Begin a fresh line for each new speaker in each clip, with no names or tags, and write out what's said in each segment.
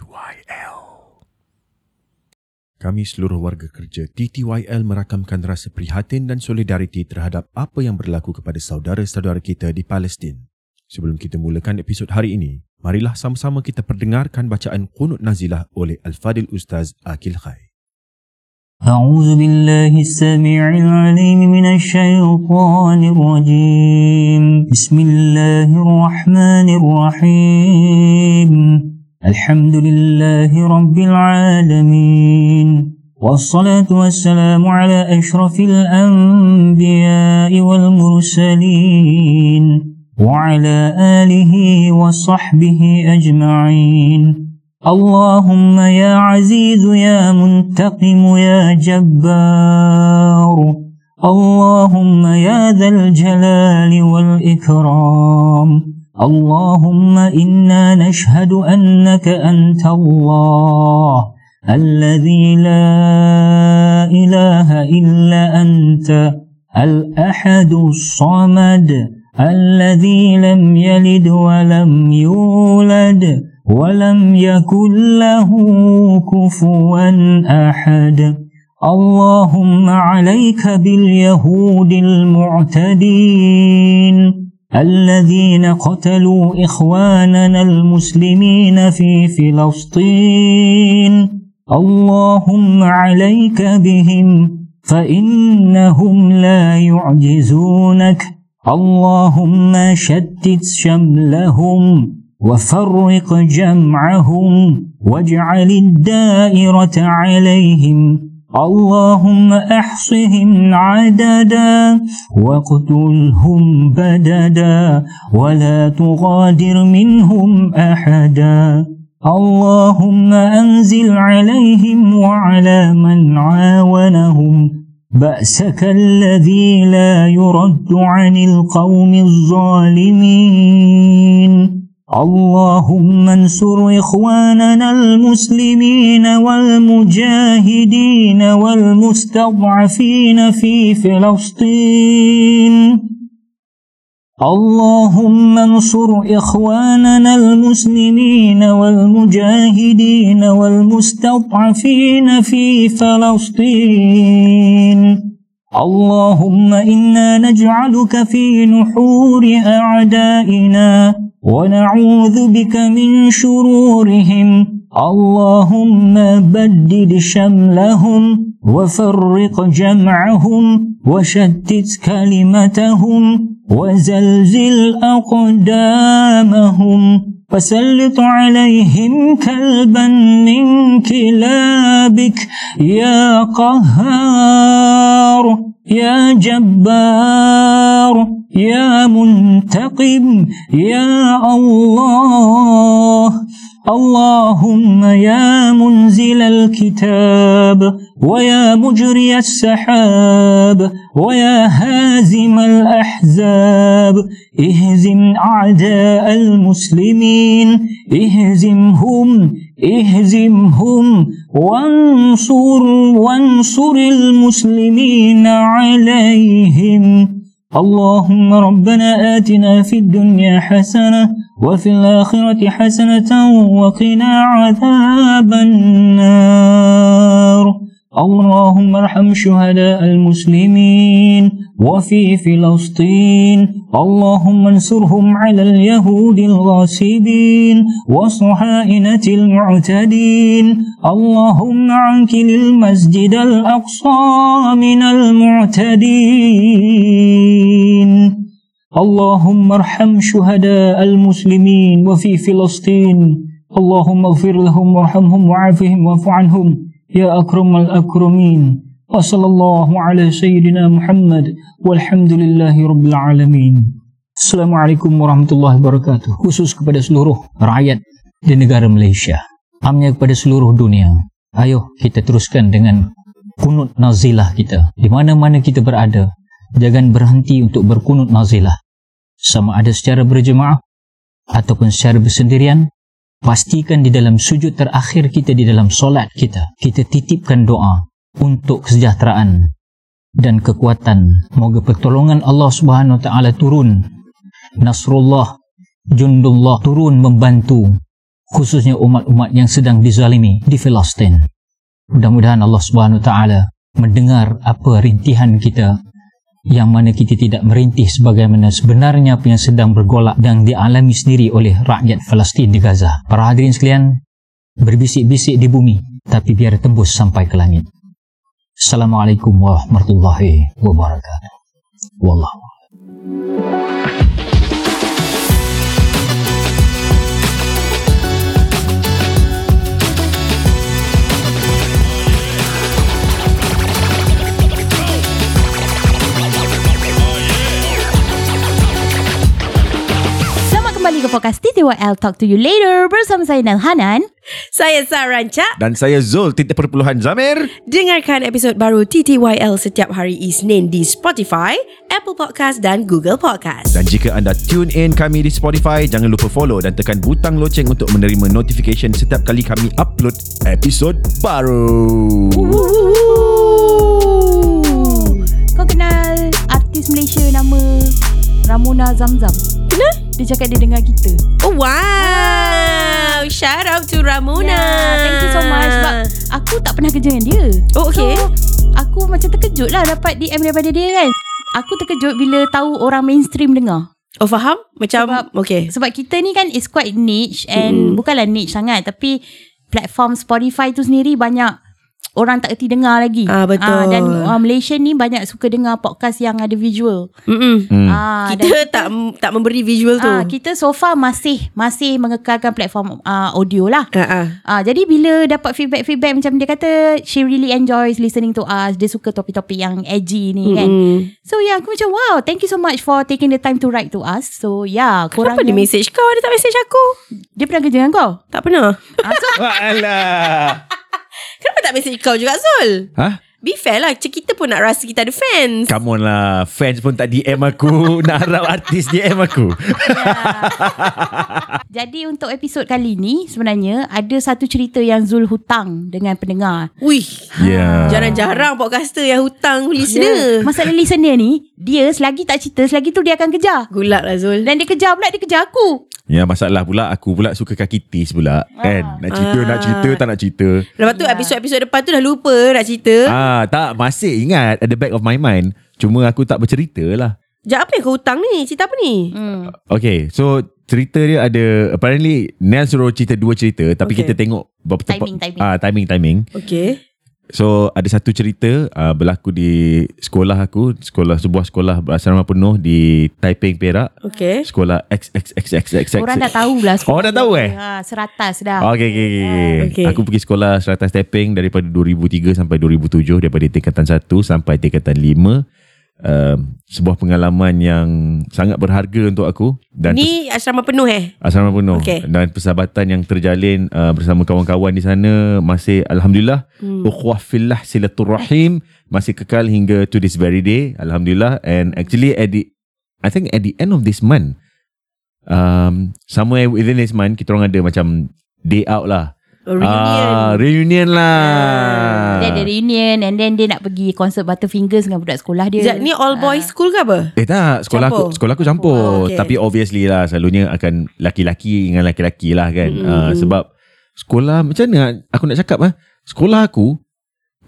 TTYL. Kami seluruh warga kerja TTYL merakamkan rasa prihatin dan solidariti terhadap apa yang berlaku kepada saudara-saudara kita di Palestin. Sebelum kita mulakan episod hari ini, marilah sama-sama kita perdengarkan bacaan Qunut Nazilah oleh Al-Fadil Ustaz Akil Khai.
أعوذ بالله السميع العليم من الشيطان الرجيم بسم الله الرحمن الرحيم الحمد لله رب العالمين والصلاة والسلام على أشرف الأنبياء والمرسلين وعلى آله وصحبه أجمعين اللهم يا عزيز يا منتقم يا جبار اللهم يا ذا الجلال والإكرام اللهم إنا نشهد أنك أنت الله الذي لا إله إلا أنت الأحد الصمد الذي لم يلد ولم يولد ولم يكن له كفوا احد اللهم عليك باليهود المعتدين الذين قتلوا اخواننا المسلمين في فلسطين اللهم عليك بهم فانهم لا يعجزونك اللهم شتت شملهم وفرق جمعهم واجعل الدائرة عليهم اللهم احصهم عددا واقتلهم بددا ولا تغادر منهم احدا اللهم انزل عليهم وعلى من عاونهم باسك الذي لا يرد عن القوم الظالمين اللهم انصر إخواننا المسلمين والمجاهدين والمستضعفين في فلسطين اللهم انصر إخواننا المسلمين والمجاهدين والمستضعفين في فلسطين اللهم إنا نجعلك في نحور أعدائنا ونعوذ بك من شرورهم اللهم بدد شملهم وفرق جمعهم وشتت كلمتهم وزلزل أقدامهم وسلط عليهم كلبا من كلابك يا قهار يا جبار يا منتقم يا الله اللهم يا منزل الكتاب ويا مجري السحاب ويا هازم الأحزاب اهزم أعداء المسلمين اهزمهم اهزمهم وانصر وانصر المسلمين عليهم اللهم ربنا آتنا في الدنيا حسنة وفي الآخرة حسنة وقنا عذاب النار اللهم ارحم شهداء المسلمين وفي فلسطين اللهم انصرهم على اليهود الغاصبين وصحائنة المعتدين اللهم عنكل المسجد الأقصى من المعتدين اللهم ارحم شهداء المسلمين وفي فلسطين اللهم اغفر لهم وارحمهم وعافهم واعف عنهم يا أكرم الأكرمين وصلى الله على سيدنا محمد والحمد لله رب العالمين
Assalamualaikum warahmatullahi wabarakatuh Khusus kepada seluruh rakyat di negara Malaysia Amnya kepada seluruh dunia Ayo kita teruskan dengan kunut nazilah kita Di mana-mana kita berada jangan berhenti untuk berkunut nazilah. Sama ada secara berjemaah ataupun secara bersendirian, pastikan di dalam sujud terakhir kita di dalam solat kita, kita titipkan doa untuk kesejahteraan dan kekuatan. Moga pertolongan Allah Subhanahu Wa Taala turun. Nasrullah, Jundullah turun membantu khususnya umat-umat yang sedang dizalimi di Palestin. Mudah-mudahan Allah Subhanahu Wa Taala mendengar apa rintihan kita yang mana kita tidak merintih sebagaimana sebenarnya apa yang sedang bergolak dan dialami sendiri oleh rakyat Palestin di Gaza. Para hadirin sekalian, berbisik-bisik di bumi tapi biar tembus sampai ke langit. Assalamualaikum warahmatullahi wabarakatuh. Wallahu
Selamat kembali ke podcast TTYL Talk to you later bersama saya Nel Hanan.
Saya Sarah Ranca.
Dan saya Zul, titik perpuluhan Zamir.
Dengarkan episod baru TTYL setiap hari Isnin di Spotify, Apple Podcast dan Google Podcast.
Dan jika anda tune in kami di Spotify, jangan lupa follow dan tekan butang loceng untuk menerima notification setiap kali kami upload episod baru.
Kau kenal artis Malaysia nama Ramona Zamzam? Kenal? Dia cakap dia dengar kita.
Oh, wow. Shout out to Ramona.
Ya, thank you so much sebab aku tak pernah kerja dengan dia.
Oh, okay.
So, aku macam terkejut lah dapat DM daripada dia kan. Aku terkejut bila tahu orang mainstream dengar.
Oh, faham? Macam,
Sebab-
okay.
Sebab kita ni kan is quite niche and mm. bukanlah niche sangat tapi platform Spotify tu sendiri banyak orang tak erti dengar lagi.
Ah, betul.
dan uh, Malaysia ni banyak suka dengar podcast yang ada visual.
Mm-mm.
Mm. Ah,
Kita tak tak memberi visual Hmm. tu.
ah, kita so far masih masih mengekalkan platform uh, audio lah.
Ah, ah.
Ah, jadi bila dapat feedback-feedback macam dia kata she really enjoys listening to us. Dia suka topik-topik yang edgy ni mm. kan. So yeah, aku macam wow, thank you so much for taking the time to write to us. So yeah, korang
Kenapa dia
yang-
message kau? Dia tak message aku.
dia pernah kerja dengan kau?
Tak pernah.
Ah, so
Alah.
Kenapa tak message kau juga, Zul?
Ha?
Be fair lah. Macam kita pun nak rasa kita ada fans.
Come on lah. Fans pun tak DM aku. Nak harap artis DM aku.
Jadi untuk episod kali ni sebenarnya ada satu cerita yang Zul hutang dengan pendengar.
Wih.
Ya,
Ya.
Yeah.
Jarang-jarang podcaster yang hutang listener.
Masalah listener ni, dia selagi tak cerita, selagi tu dia akan kejar.
Gulak lah, Zul.
Dan dia kejar pula, dia kejar aku.
Ya masalah pula aku pula suka kaki tis pula
Ah.
kan. Nak cerita nak cerita tak nak cerita.
Lepas tu episod-episod depan tu dah lupa nak cerita.
Ah tak masih ingat at the back of my mind. Cuma aku tak bercerita lah.
Sekejap apa yang kau hutang ni? Cerita apa ni?
Hmm.
Okay so cerita dia ada apparently Nel suruh cerita dua cerita tapi
Okay.
kita tengok berapa
Timing, timing.
Ah timing timing.
Okay.
So ada satu cerita uh, berlaku di sekolah aku, sekolah sebuah sekolah berasrama penuh di Taiping Perak,
Okay.
sekolah XXXXXX.
Eh? Orang dah tahu lah.
Orang dah tahu eh? Oh,
Ha, seratas dah.
Okay, okay, okay, okay.
Ah,
Okay.
Aku pergi sekolah Serata Stepping daripada 2003 sampai 2007 daripada tingkatan 1 sampai tingkatan 5. Um, sebuah pengalaman yang sangat berharga untuk aku dan
Ni asrama penuh eh?
Asrama penuh
Okey.
Dan persahabatan yang terjalin uh, Bersama kawan-kawan di sana Masih Alhamdulillah hmm. Ukhwah fillah silaturahim Masih kekal hingga to this very day Alhamdulillah And actually at the I think at the end of this month um, Somewhere within this month Kita orang ada macam Day out lah
Oh, Reunion.
ah, Reunion lah
Dia ada reunion and then dia nak pergi konsert Butterfingers dengan budak sekolah dia.
Sekejap, ni all boys school ke apa?
Eh tak, sekolah campur.
Campur.
aku sekolah aku campur. Oh,
Oh,
okay.
okay.
Tapi obviously lah selalunya akan laki-laki dengan laki-laki lah kan.
Hmm.
Mm. Uh, sebab sekolah macam mana aku nak cakap ah? Sekolah aku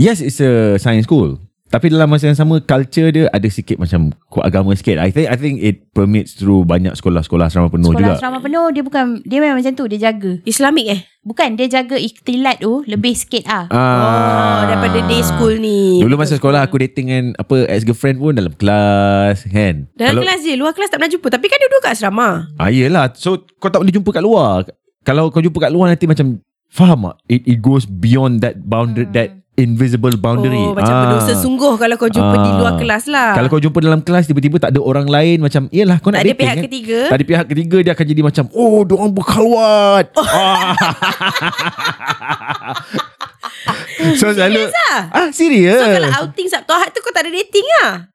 yes it's a science school. Tapi dalam masa yang sama culture dia ada sikit macam kuat agama sikit. I think I think it permits through banyak sekolah-sekolah asrama penuh
Sekolah
juga.
asrama penuh dia bukan dia memang macam tu dia jaga.
Islamic eh?
Bukan dia jaga ikhtilat tu lebih sikit ah.
Oh, daripada day school ni.
Dulu masa sekolah aku dating dengan apa ex-girlfriend pun dalam kelas kan.
Dalam
Kalau-
kelas je, luar kelas tak pernah jumpa. Tapi kan dia duduk kat asrama.
Ah, yelah. So, kau tak boleh jumpa kat luar. Kalau kau jumpa kat luar nanti macam, faham tak? It, it goes beyond that boundary, hmm. that invisible boundary. Ah.
Oh, macam berdosa sungguh kalau kau jumpa di luar kelas lah.
Kalau kau jumpa dalam kelas, tiba-tiba tak ada orang lain macam, yelah kau nak
tak ada
dating,
pihak
kan?
ketiga.
Tak ada pihak ketiga, dia akan jadi macam, oh, diorang berkhaluat. Oh. so, selalu,
lah.
ah,
So, kalau
serius?
lah.
Ah,
outing Sabtu Ahad tu kau tak ada dating lah.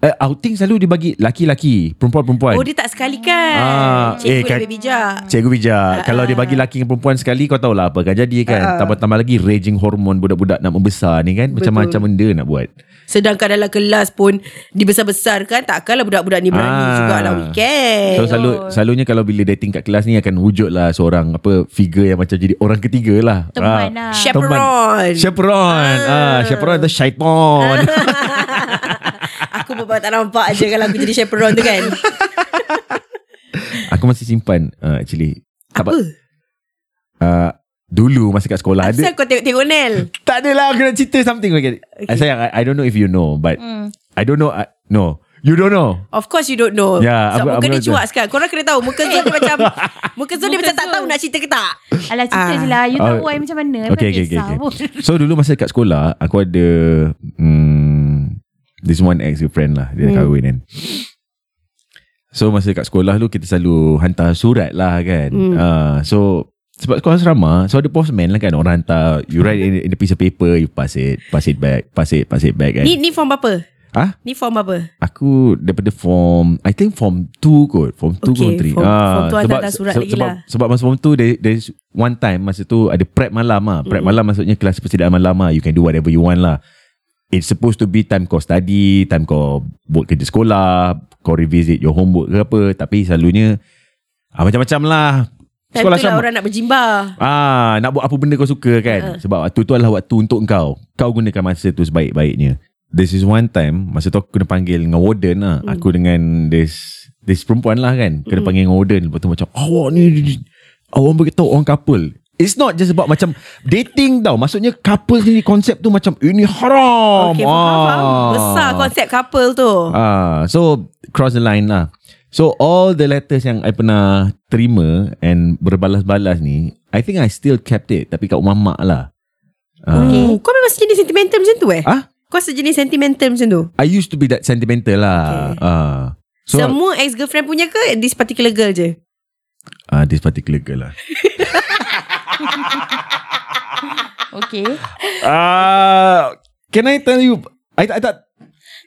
eh, outing selalu dia bagi laki-laki, perempuan-perempuan.
Oh dia tak sekali kan
Ah,
Cikgu
eh,
eh,
kan-
lebih bijak
Cikgu bijak uh, Kalau dia bagi laki dengan perempuan sekali Kau tahulah apa akan jadi kan uh, Tambah-tambah lagi raging hormon Budak-budak nak membesar ni kan Macam-macam benda nak buat
Sedangkan dalam kelas pun Dibesar-besarkan Takkanlah budak-budak ni berani
Ah.
jugalah weekend
So selalu, selalunya kalau bila dating kat kelas ni Akan wujud lah seorang apa Figure yang macam jadi orang ketiga lah Ah.
Teman lah.
Chaperone.
Chaperone ah. Chaperone atau syaiton
Aku pun tak nampak je Kalau aku jadi chaperone tu kan
Aku masih simpan uh, actually
Apa?
uh, Dulu masa kat sekolah
Ada.
ada
kau tengok-tengok Nel
Tak adalah aku nak cerita something okay.
Okay.
okay. Sayang I, I don't know if you know But
Hmm.
I don't know I, No You don't know
Of course you don't know
Ya, apa-
Sebab muka
apa-
dia cuak sekarang Korang kena tahu Muka Zul dia macam Muka Zul dia
Muka
macam tak
Zul.
tahu Nak cerita ke tak
Alah cerita
Ah.
je lah You tahu
Oh.
I macam mana
Okay,
I bukan
okay, okay,
kisah
okay.
pun.
So dulu masa kat sekolah Aku ada hmm, This one ex girlfriend lah Dia hmm. kahwin kan So masa kat sekolah tu Kita selalu hantar surat lah kan hmm. uh, So Sebab sekolah asrama So ada postman lah kan Orang hantar You write in, in a piece of paper You pass it Pass it back Pass it Pass it back kan
Ni ni form apa?
Ah?
Ni form apa?
Aku daripada form I think form 2 kot Form 2 okay,
Okay,
ke form 3
form- form two hantar surat lagi
sebab,
lah.
sebab masa form 2 there, There's one time Masa tu ada prep malam lah Prep mm. malam maksudnya Kelas persediaan malam lah You can do whatever you want lah It's supposed to be Time kau study Time kau Buat kerja sekolah Kau revisit your homework ke apa Tapi selalunya ah, Macam-macam lah
Time tu lah
asrama.
orang nak berjimba
Ah, nak buat apa benda kau suka kan.
Uh-huh.
Uh. Sebab waktu tu adalah waktu untuk kau. Kau gunakan masa tu sebaik-baiknya. This is one time, masa tu aku kena panggil dengan warden lah.
Hmm.
Mm. Aku dengan this this perempuan lah kan. Kena mm. panggil dengan warden. Lepas tu macam, awak ni, awak beritahu orang couple. It's not just about macam dating tau. Maksudnya couple ni konsep tu macam ini haram.
Okay faham, faham Besar konsep couple tu
Ah, so cross the line lah. So all the letters yang I pernah terima and berbalas-balas ni, I think I still kept it tapi kat rumah mak lah.
Oh,
Ah,
Hmm, Kau memang sejenis sentimental macam tu eh?
Ah?
Kau sejenis sentimental macam tu?
I used to be that sentimental lah.
Okay.
Ah, so
Semua ex-girlfriend punya ke this particular girl je?
ah, this particular girl lah.
Okay
Ah, can I tell you? I tak, I tak.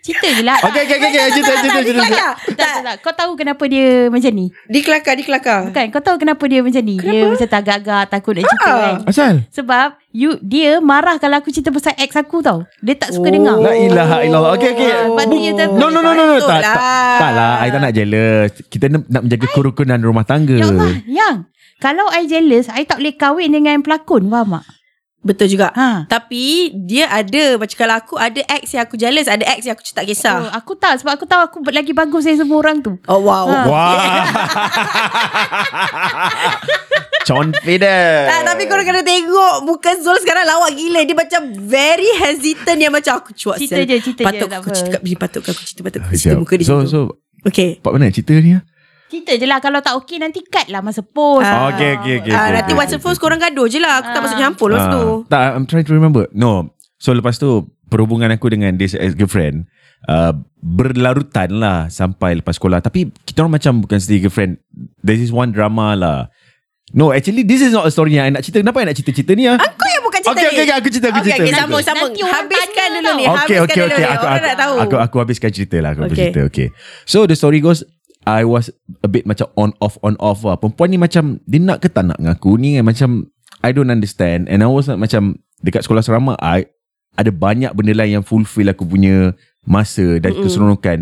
Cerita je lah
Okay, okay, okay, okay. Cerita, cerita,
Dia
cerita.
kelakar.
tak, tak, tak. Kau tahu kenapa dia macam ni?
Dia kelakar, dia kelakar.
Ah.
Bukan, kau tahu kenapa dia macam ni? Dia macam tak agak-agak takut nak
Ah.
cerita kan?
Asal?
Sebab you dia marah kalau aku cerita pasal ex aku tau. Dia tak suka oh. dengar.
La ilaha illallah. Okay, okay.
Ah, Lepas tu you tengok-
No, no, no, no, no.
Patutlah.
Tak, tak, tak lah. I tak nak jealous. Kita nak nak menjaga kerukunan rumah tangga.
Ya Allah, yang kalau I jealous, I tak boleh kahwin dengan pelakon, faham tak?
Betul juga.
Ha.
Tapi dia ada macam kalau aku ada ex yang aku jealous, ada ex yang aku
Oh,
tak
Ah.
kisah.
aku tak sebab aku tahu aku lagi bagus dari semua orang tu.
Oh, wow.
Ah.
Ha.
Wah. Confident.
Tak, tapi korang kena tengok Muka Zul sekarang lawak gila Dia macam very hesitant Yang macam aku cuak
Cerita
sial.
je, cerita je,
patut
tak
aku
apa.
cerita kat sini Patut aku cerita Patut aku cerita
Sekejap.
muka dia
Ah, So
macam tu.
so
Okay
Part mana cerita ni ah?
Cerita je lah kalau tak okey nanti cut lah masa post.
Ah.
Okay okay okay.
Ah,
okay,
Nanti
okay,
WhatsApp
okay,
first korang gaduh je lah Aku tak masuk campur lah masa tu
Ah, Tak I'm trying to remember No So lepas tu Perhubungan aku dengan This ex-girlfriend uh, Berlarutan lah Sampai lepas sekolah Tapi Kita orang macam Bukan sendiri girlfriend There is one drama lah No actually This is not a story yang I nak cerita Kenapa I nak cerita-cerita ni ah?
Kau yang bukan cerita
Okay,
ni
okay, okay, aku cerita, aku
okay,
cerita,
Okay
aku
sambung
cerita.
sambung
Nanti orang
Habiskan
tanya
dulu
tau.
ni
Okay,
Eh, Habiskan
okay,
dulu
okay.
ni
Aku,
Orang
aku,
nak tahu
aku, aku habiskan cerita lah. Aku okay.
Okay.
cerita, okay. So, the story goes, I was a bit macam on off, on off lah. Perempuan ni macam, dia nak ke tak nak dengan aku ni kan? Macam, I don't understand. And I was like, macam, dekat sekolah serama, I, ada banyak benda lain yang fulfill aku punya masa dan mm keseronokan.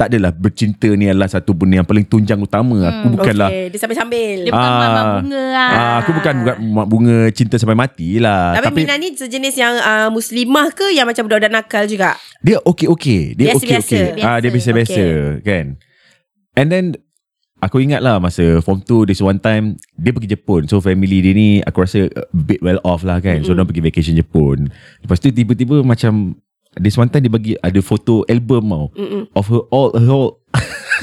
Tak adalah bercinta ni adalah satu benda yang paling tunjang utama. Aku
Mm,
bukanlah
Okay, dia sambil-sambil
Dia bukan
Ah.
mak bunga lah.
Ah, aku bukan bukan mak bunga cinta sampai mati lah.
Tapi, Mina ni sejenis yang uh, muslimah ke yang macam budak-budak nakal juga?
Dia okey-okey. Dia
Biasa-biasa.
okey-okey. Ah dia biasa-biasa okay. kan. And then aku ingat lah masa form 2 this one time dia pergi Jepun. So family dia ni aku rasa a bit well off lah kan. So dia pergi vacation Jepun. Lepas tu tiba-tiba macam this one time dia bagi ada foto album tau
Mm-mm.
of her all her all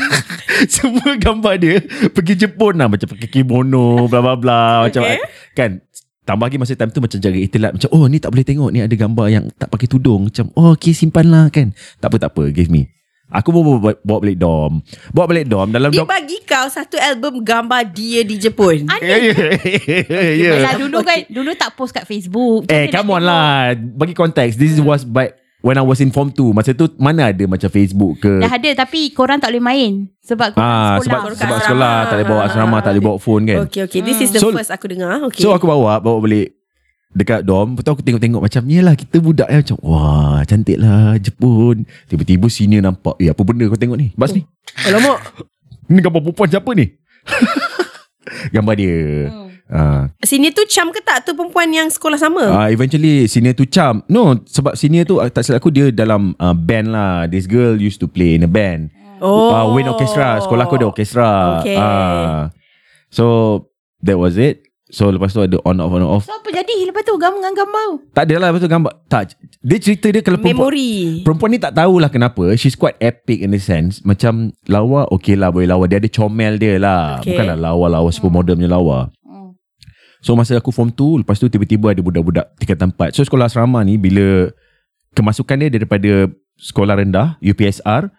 semua gambar dia pergi Jepun lah macam pakai kimono bla bla bla macam
Okay.
kan tambah lagi masa time tu macam jaga ikhtilat macam oh ni tak boleh tengok ni ada gambar yang tak pakai tudung macam oh okay simpan lah kan tak apa tak apa give me aku pun bawa, bawa balik dom bawa balik dom dalam
Dia
dom
bagi kau satu album gambar dia di Jepun.
ya ya ya
Yelah, lah. dulu kan dulu tak post kat Facebook.
eh
Dia nak
come on
tengok.
lah bagi konteks this was by when I was in form 2 masa tu mana ada macam Facebook ke
Dah ada tapi korang tak boleh main sebab korang
ah
sekolah.
sebab
Korang kat
sebab
asrama.
sekolah tak boleh bawa asrama tak boleh bawa phone kan
Okay, okay. This is the
So-
first aku dengar. Okay.
So aku bawa Bawa balik Dekat dorm Lepas tu aku tengok-tengok Macam yelah kita budak kan Macam wah cantik lah Jepun Tiba-tiba senior nampak Eh apa benda kau tengok ni Bas ni
Alamak.
Ni gambar perempuan siapa ni Gambar dia
Oh.
Ah,
Sini tu cam ke tak tu perempuan yang sekolah sama?
ah, Eventually senior tu cam No sebab senior tu ah, Tak silap aku dia dalam ah, band lah This girl used to play in a band
oh.
uh, Wayne Orchestra Sekolah aku ada orchestra
Okay.
Ah. So That was it So lepas tu ada on off on off
So apa jadi lepas tu gambar dengan gambar tu?
Tak adalah lepas tu gambar Tak Dia cerita dia kalau perempuan
Memory.
Perempuan ni tak tahulah kenapa She's quite epic in a sense Macam lawa Okay lah boleh lawa Dia ada comel dia lah okay.
Okay.
Bukanlah lawa-lawa Supermodel punya lawa
Hmm.
So masa aku form 2 Lepas tu tiba-tiba ada budak-budak Tingkatan 4 So sekolah asrama ni Bila Kemasukan dia daripada Sekolah rendah UPSR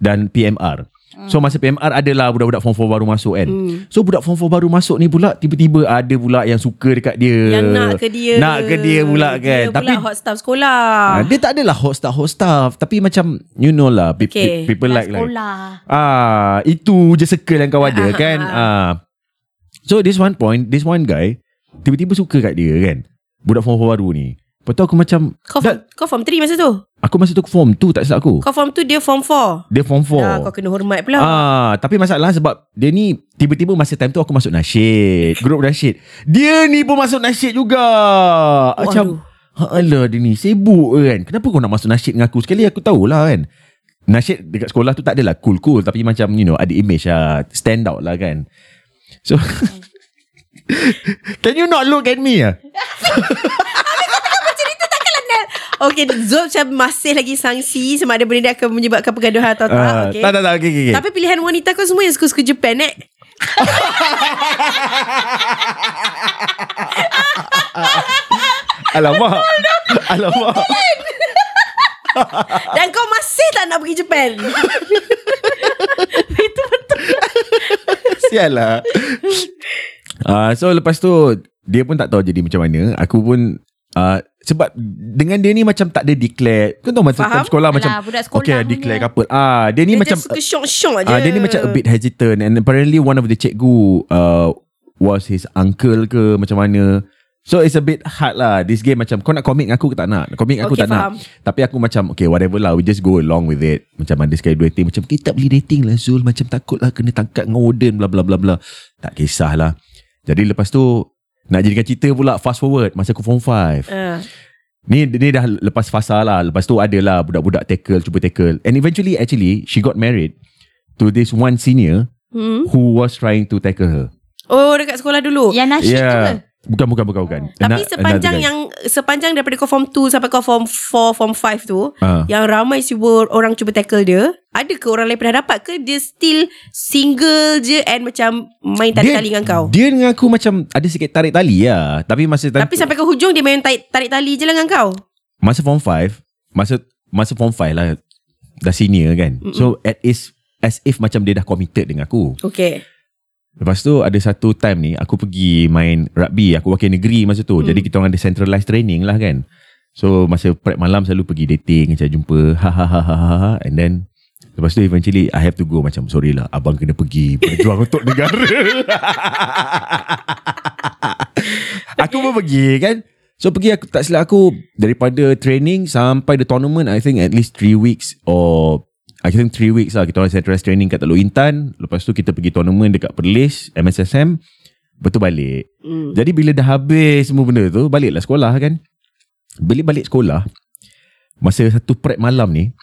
Dan PMR So masa PMR adalah budak-budak form 4 baru masuk kan
Hmm.
So budak form 4 baru masuk ni pula Tiba-tiba ada pula yang suka dekat dia
Yang nak ke dia.
Eh, Nak ke dia pula kan
Dia Tapi, pula hot staff sekolah.
Ah, dia tak adalah hot stuff hot stuff tapi macam you know lah pe- okay.
Okay.
people like like
sekolah.
ah itu je circle yang kau ada kan ah so this one point this one guy tiba-tiba suka kat dia kan budak form 4 baru ni lepas tu aku macam
Kau form, kau form 3 masa tu?
aku masa tu form 2 tak silap aku
Kau form 2 dia form 4.
dia form 4
Ah, kau kena hormat
Oh.
pula.
Ah, tapi masalah sebab dia ni tiba-tiba masa time tu aku masuk nasyid, grup nasyid. Dia ni pun masuk nasyid juga. Macam ha alah dia ni sibuk kan. Kenapa kau nak masuk nasyid dengan aku sekali aku tahulah kan. Nasyid dekat sekolah tu tak adalah cool-cool tapi macam you know ada image lah, stand out lah kan. So Can you not look at me ah?
Okay, Zul macam masih lagi sangsi sama ada benda dia akan menyebabkan pergaduhan atau tak.
Ah,
okay.
Tak tak tak okay, okay, okay.
Tapi pilihan wanita kau semua yang suka-suka Japan eh.
Alamak. Alamak. Ah.
Dan kau masih tak nak pergi Japan.
Sial lah uh, So lepas tu Dia pun tak tahu jadi macam mana Aku pun uh, Sebab Dengan dia ni macam tak ada declare Kau tahu masa
Faham?
time sekolah macam
Alah, budak sekolah
Okay
punya.
declare couple ah, Dia ni
dia
macam
just suka syok-syok je.
ah, Dia ni macam a bit hesitant And apparently one of the cikgu uh, Was his uncle ke Macam mana So it's a bit hard lah This game macam Kau nak commit dengan aku ke tak nak Commit dengan aku
Okay,
tak
faham.
nak Tapi aku macam Okay whatever lah We just go along with it Macam ada sekali dua dating Macam kita tak boleh dating lah Zul Macam takut lah Kena tangkap dengan Odin bla bla bla bla Tak kisahlah Jadi lepas tu Nak jadikan cerita pula Fast forward Masa aku form 5
Ah.
Ni ni dah lepas fasa lah. Lepas tu adalah budak-budak tackle, cuba tackle. And eventually actually she got married to this one senior
Hmm.
who was trying to tackle her.
Oh, dekat sekolah dulu.
Ya.
Yang nasyid yeah. juga.
Bukan bukan bukan bukan.
Tapi
Ano-
sepanjang
another guy.
yang sepanjang daripada kau form 2 sampai kau form 4, form 5 tu,
Ah.
yang ramai cuba orang cuba tackle dia, ada ke orang lain pernah dapat ke dia still single je and macam main tarik tali dengan kau?
Dia dengan aku macam ada sikit tarik tali lah. Tapi masa
Tapi sampai ke hujung dia main tarik, tarik tali je lah dengan kau.
masa form 5, masa masa form 5 lah dah senior kan.
Mm-mm.
So at is as if macam dia dah committed dengan aku.
Okay.
Lepas tu ada satu time ni aku pergi main rugby. Aku wakil negeri masa tu.
Hmm.
Jadi kita orang ada centralized training lah kan. So masa prep malam selalu pergi dating macam jumpa ha ha ha ha ha, ha and then lepas tu eventually I have to go macam sorry lah abang kena pergi berjuang untuk negara. aku pun pergi kan. So pergi aku tak silap aku daripada training sampai the tournament I think at least 3 weeks or I think 3 weeks lah kita orang centralized training kat Teluk Intan lepas tu kita pergi tournament dekat Perlis MSSM lepas tu balik
Hmm.
jadi bila dah habis semua benda tu Baliklah sekolah kan Bila balik sekolah Masa satu prep malam ni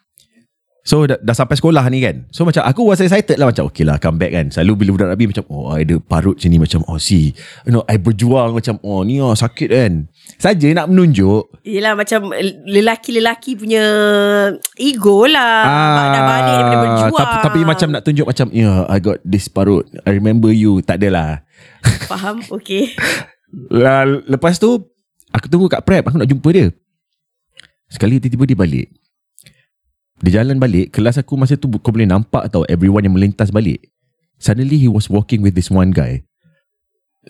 So dah, dah sampai sekolah ni kan So macam aku was excited lah Macam okay lah come back kan Selalu bila budak Rabi macam Oh I ada parut sini Macam oh see you know, I berjuang macam Oh ni oh sakit kan Saja nak menunjuk
Yelah macam lelaki-lelaki punya ego lah. Ah, dah balik daripada berjuang.
tapi, tapi macam nak tunjuk macam Yeah I got this parut I remember you Tak adalah
Faham? Okay.
Lah, Lepas tu Aku tunggu kat prep Aku nak jumpa dia Sekali tiba-tiba dia balik Dia jalan balik Kelas aku masa tu Kau boleh nampak tau Everyone yang melintas balik Suddenly he was walking with this one guy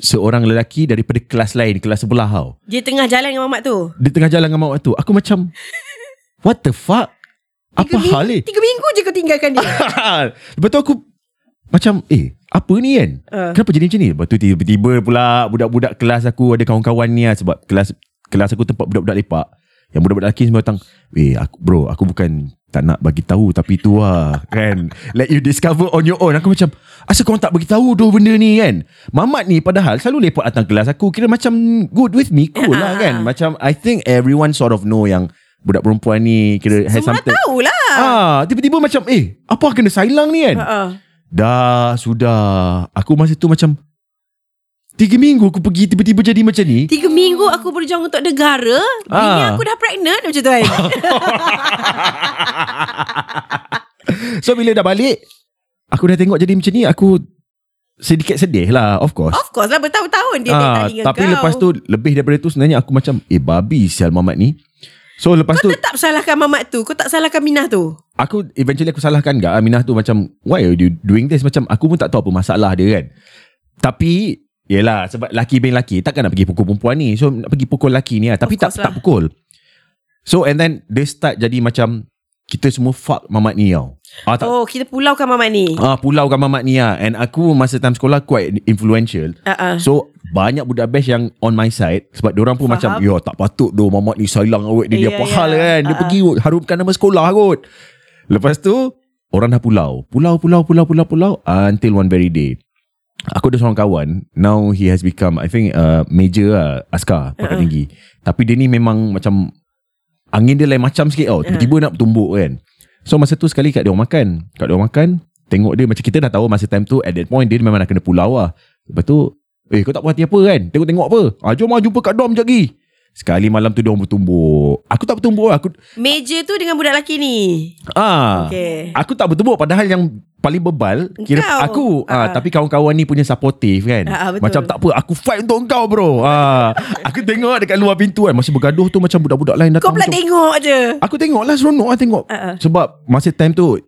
Seorang lelaki daripada kelas lain Kelas sebelah tau
Dia tengah jalan dengan mamat tu.
Dia tengah jalan dengan mak tu Aku macam What the fuck? Apa
minggu,
hal ni?
Tiga minggu je kau tinggalkan dia
Lepas tu aku macam eh apa ni kan?
Ah.
Kenapa jadi macam ni? Lepas tu tiba-tiba pula budak-budak kelas aku ada kawan-kawan ni lah sebab kelas kelas aku tempat budak-budak lepak. Yang budak-budak lelaki semua datang, "Eh, aku bro, aku bukan tak nak bagi tahu tapi tu lah kan let you discover on your own aku macam asal korang tak bagi tahu tu benda ni kan mamat ni padahal selalu lepak datang kelas aku kira macam good with me cool lah
Ah.
kan macam i think everyone sort of know yang budak perempuan ni kira has
Semua
something
tahulah
Ah, tiba-tiba macam eh, apa kena sailang ni kan?
uh-uh.
Dah sudah. Aku masa tu macam Tiga minggu aku pergi tiba-tiba jadi macam ni.
Tiga minggu aku berjuang untuk negara Bini
Ah.
aku dah pregnant macam tu kan
So bila dah balik, aku dah tengok jadi macam ni, aku sedikit sedih lah, of course.
Of course lah bertahun-tahun dia ah,
Ah,
tak ingat
tapi
kau
lepas tu lebih daripada tu sebenarnya aku macam eh babi sial mamat ni. So lepas tu
Tetap salahkan mamat tu Kau tak salahkan Minah tu
aku eventually aku salahkan gak Aminah tu macam why are you doing this macam aku pun tak tahu apa masalah dia kan tapi yelah sebab laki bin laki takkan nak pergi pukul perempuan ni so nak pergi pukul laki ni lah tapi
Of
tak
course lah.
tak pukul so and then they start jadi macam kita semua fuck mamat ni tau ah, tak, oh.
Oh kita pulaukan mamat ni
ah pulaukan mamat ni lah and aku masa time sekolah quite influential
Ah, ah.
So banyak budak bash yang on my side sebab diorang pun
Faham.
macam yo tak patut doh mamat ni sailang awet ni
Ya,
dia apa
ya.
hal kan dia
Ah,
pergi kot, harumkan nama sekolah kot. Lepas tu orang dah pulau. Pulau pulau pulau pulau pulau uh, until one very day. Aku ada seorang kawan Now he has become I think uh, Major lah Askar Pekat
Uh-uh.
tinggi Tapi dia ni memang Macam Angin dia lain macam sikit tau Tiba-tiba
Uh-huh.
nak tumbuk kan So masa tu sekali Kat dia orang makan Kat dia orang makan Tengok dia macam kita dah tahu Masa time tu At that point Dia memang nak kena pulau lah Lepas tu Eh kau tak puas hati apa kan Tengok-tengok apa ah, Jom lah jumpa kat Dom sekejap lagi Sekali malam tu dia orang bertumbuk Aku tak bertumbuk lah Aku,
Meja tu dengan budak lelaki ni
ah,
Okay
Aku tak bertumbuk padahal yang paling bebal kira
Engkau.
aku ah,
Ah.
tapi kawan-kawan ni punya supportive kan.
Ah, ah, betul.
macam tak apa aku fight untuk kau bro. Ah, aku tengok dekat luar pintu kan masa bergaduh tu macam budak-budak lain datang.
Kau pula
macam,
tengok je
Aku tengok lah seronok lah tengok.
Ah, ah.
Sebab masa time tu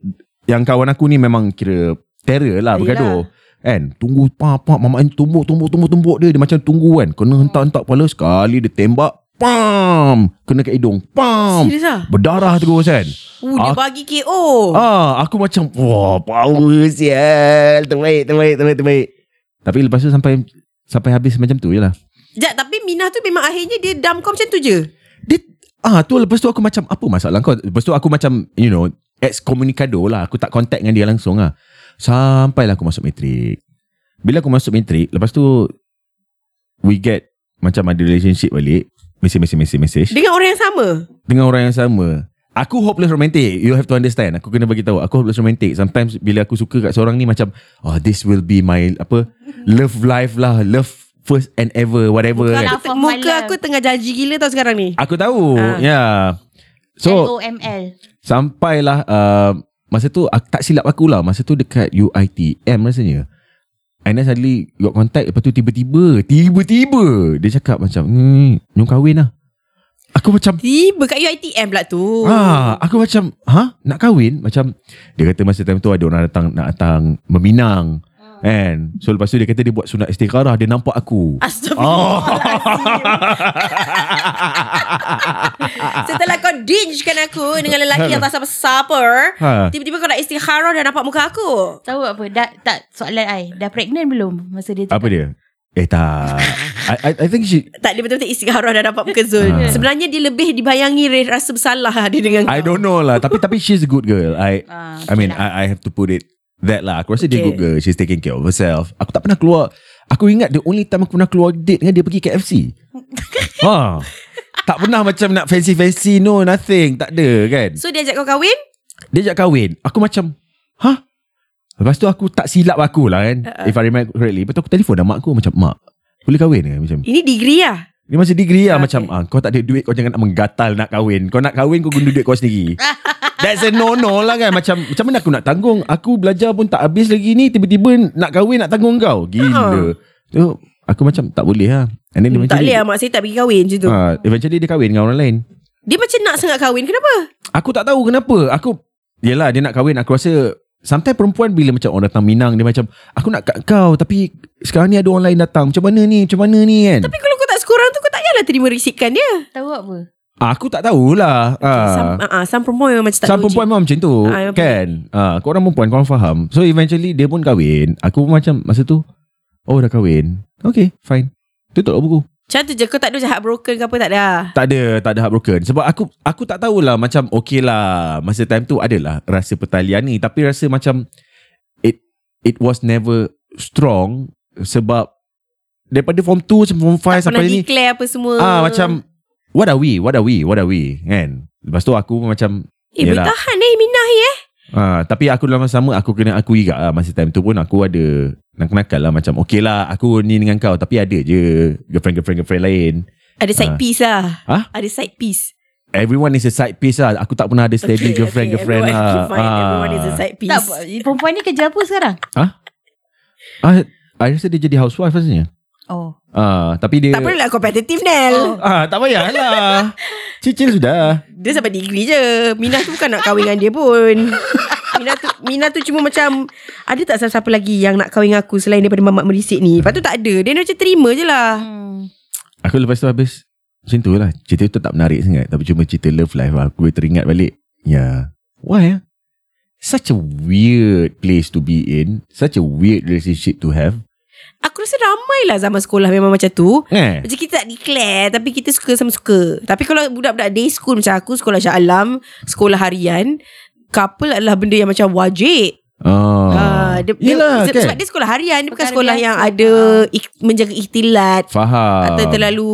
yang kawan aku ni memang kira terror lah bergaduh. Kan Tunggu pak pak Mamak ni tumbuk tumbuk tumbuk tumbuk dia Dia macam tunggu kan Kena hentak-hentak kepala Sekali dia tembak Pam Kena kat hidung Pam
Serius ah?
Berdarah terus kan
Uh, dia
Aku-
bagi KO
Ah, aku macam wah power sial. Terbaik, terbaik, terbaik, terbaik. Tapi lepas tu sampai sampai habis macam tu je lah.
Sekejap tapi Minah tu memang akhirnya Dia dump kau macam tu je
Dia ah tu lepas tu aku macam apa masalah kau? Lepas tu aku macam you know excommunicado lah. Aku tak contact dengan dia langsung lah. Sampailah aku masuk matrik. Bila aku masuk matrik, lepas tu we get macam ada relationship balik. Message, message, message, message.
Dengan orang yang sama
dengan orang yang sama. Aku hopeless romantic. You have to understand. Aku kena bagi tahu. Aku hopeless romantic. Sometimes bila aku suka kat seorang ni macam oh this will be my apa love life lah, love first and ever whatever.
Muka,
Kan.
aku,
Love of my
muka
life.
aku tengah janji gila tau sekarang ni
Aku tahu.
Ah.
Ya. Yeah. So
L-O-M-L
sampailah uh, masa tu aku tak silap aku lah. Masa tu dekat UiTM rasanya. And then suddenly got contact Lepas tu tiba-tiba Tiba-tiba Dia cakap macam hmm, Nyong kahwin lah Aku macam
Tiba kat UITM pula tu
Ah, aku macam, ha? Nak kahwin? Macam dia kata masa time tu ada orang datang nak datang meminang. Kan? So lepas tu dia kata dia buat sunat istikharah, dia nampak aku.
Astagfirullah
Oh.
Setelah kau dingekan aku Dengan lelaki yang tak siapa-siapa
Ha.
Tiba-tiba kau nak istikharah Dan nampak muka aku
Tahu apa dah, Tak soalan I Dah pregnant belum Masa dia
Apa dia? Eh tak. I, I, I think she
Tak dia betul-betul istikharah Dan nampak muka Zul
Ha.
Sebenarnya dia lebih dibayangi re- Rasa bersalah dia dengan
I
kau
don't know lah tapi tapi she's a good girl. I
Ah,
I mean
okay lah.
I, I have to put it that lah. Aku rasa okay. dia
Okay.
good girl. She's taking care of herself. Aku tak pernah keluar. Aku ingat the only time aku pernah keluar date dengan dia pergi KFC. ha. Tak pernah macam nak fancy-fancy No nothing Tak ada kan
So dia ajak kau kahwin
Dia ajak kahwin Aku macam Hah? Lepas tu aku tak silap aku lah kan uh-uh. If I remember correctly Lepas tu aku telefon dah mak aku Macam mak Boleh kahwin ke macam
Ini degree lah
Dia masih degree lah
Okay.
Macam ah, Kau tak ada duit Kau jangan nak menggatal nak kahwin Kau nak kahwin Kau guna duit kau sendiri That's a no-no lah kan Macam macam mana aku nak tanggung Aku belajar pun tak habis lagi ni Tiba-tiba nak kahwin Nak tanggung kau Gila Tu Aku macam tak boleh lah And then
Ah. Tak
eventually
boleh lah mak saya tak pergi kahwin macam tu
ah, Eventually dia kahwin dengan orang lain
Dia macam nak sangat kahwin Kenapa?
Aku tak tahu kenapa Aku Yelah dia nak kahwin Aku rasa Sometimes perempuan bila macam orang datang Minang Dia macam Aku nak kat kau Tapi sekarang ni ada orang lain datang Macam mana ni Macam mana ni kan
Tapi kalau kau tak sekurang tu Kau tak payahlah terima risikan dia
Tahu apa
Ah, Aku tak tahulah.
Some,
Ah.
uh, some perempuan memang macam tak
Sama perempuan memang macam tu
Ah,
ha, Kan ha, Korang perempuan Korang faham So eventually Dia pun kahwin Aku pun macam Masa tu Oh dah kahwin Okay fine Tutup lah buku
Macam tu je Kau tak ada macam heartbroken ke apa tak ada lah.
Tak ada Tak ada heartbroken Sebab aku Aku tak tahulah Macam okay lah Masa time tu adalah Rasa pertalian ni Tapi rasa macam It It was never Strong Sebab Daripada form 2 Macam form 5
Tak pernah
Sampai ni
declare apa semua
Ah macam What are we What are we What are we Kan Lepas tu aku pun macam
Eh
yelah.
bertahan eh Minah eh
Ha, tapi aku dalam masa sama aku kena akui kat lah masa time tu pun aku ada nakal-nakal lah macam okay lah aku ni dengan kau tapi ada je girlfriend-girlfriend-girlfriend lain.
Ada side
Ah.
piece lah
Hah?
Ada side piece
Everyone is a side piece lah. Aku tak pernah ada steady
Okay,
girlfriend-girlfriend
okay,
lah.
everyone, okay, fine. Everyone is a side piece
Tak, perempuan ni kerja apa sekarang?
ah, I rasa dia jadi housewife rasanya.
Oh.
Ah, tapi dia
Tak perlulah kompetitif Nel oh.
Ah, tak payahlah. Cicil sudah.
Dia sampai degree je Minah tu bukan nak kahwin dengan dia pun Minah tu Minah tu cuma macam Ada tak siapa-siapa lagi Yang nak kahwin dengan aku Selain daripada mamak merisik ni Lepas tu tak ada Dia macam terima je lah
Hmm.
Aku lepas tu habis macam tu lah. Cerita tu tak menarik sangat tapi cuma cerita love life lah. aku teringat balik. Ya. Yeah. Why ah? Such a weird place to be in. Such a weird relationship to have.
Aku rasa ramai lah zaman sekolah Memang macam tu
Eh.
Macam kita tak declare Tapi kita suka sama suka Tapi kalau budak-budak day school Macam aku Sekolah Shah Alam Sekolah harian Couple adalah benda yang macam wajib
Oh.
Ah, dia,
Yelah
dia,
kan.
Sebab dia sekolah harian Dia bukan
Perkara
sekolah
biasa.
yang ada ik- Menjaga ikhtilat
Faham.
Atau terlalu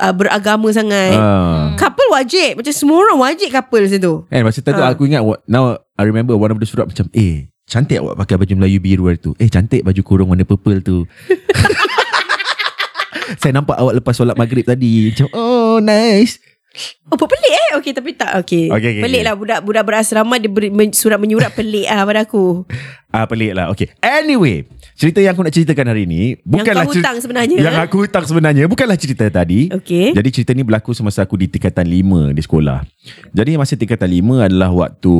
Hmm. uh, Beragama sangat
Ah.
Couple wajib Macam semua orang wajib couple macam tu
Eh, masa tu
Ah.
aku ingat what- now I remember one of the surat macam eh cantik awak pakai baju Melayu biru hari tu. Eh cantik baju kurung warna purple tu. Saya nampak awak lepas solat maghrib tadi. Macam oh nice.
Oh pe- pelik eh Okay tapi tak Okay,
Okay, okay, okay.
Pelik lah budak Budak berasrama Dia ber, men, surat menyurat pelik lah pada aku
Ah pelik lah. Okay. Anyway, cerita yang aku nak ceritakan hari ni bukanlah
kau
cer-
hutang sebenarnya. eh?
Yang aku hutang sebenarnya bukanlah cerita tadi.
Okay
Jadi cerita ni berlaku semasa aku di tingkatan 5 di sekolah. Jadi masa tingkatan 5 adalah waktu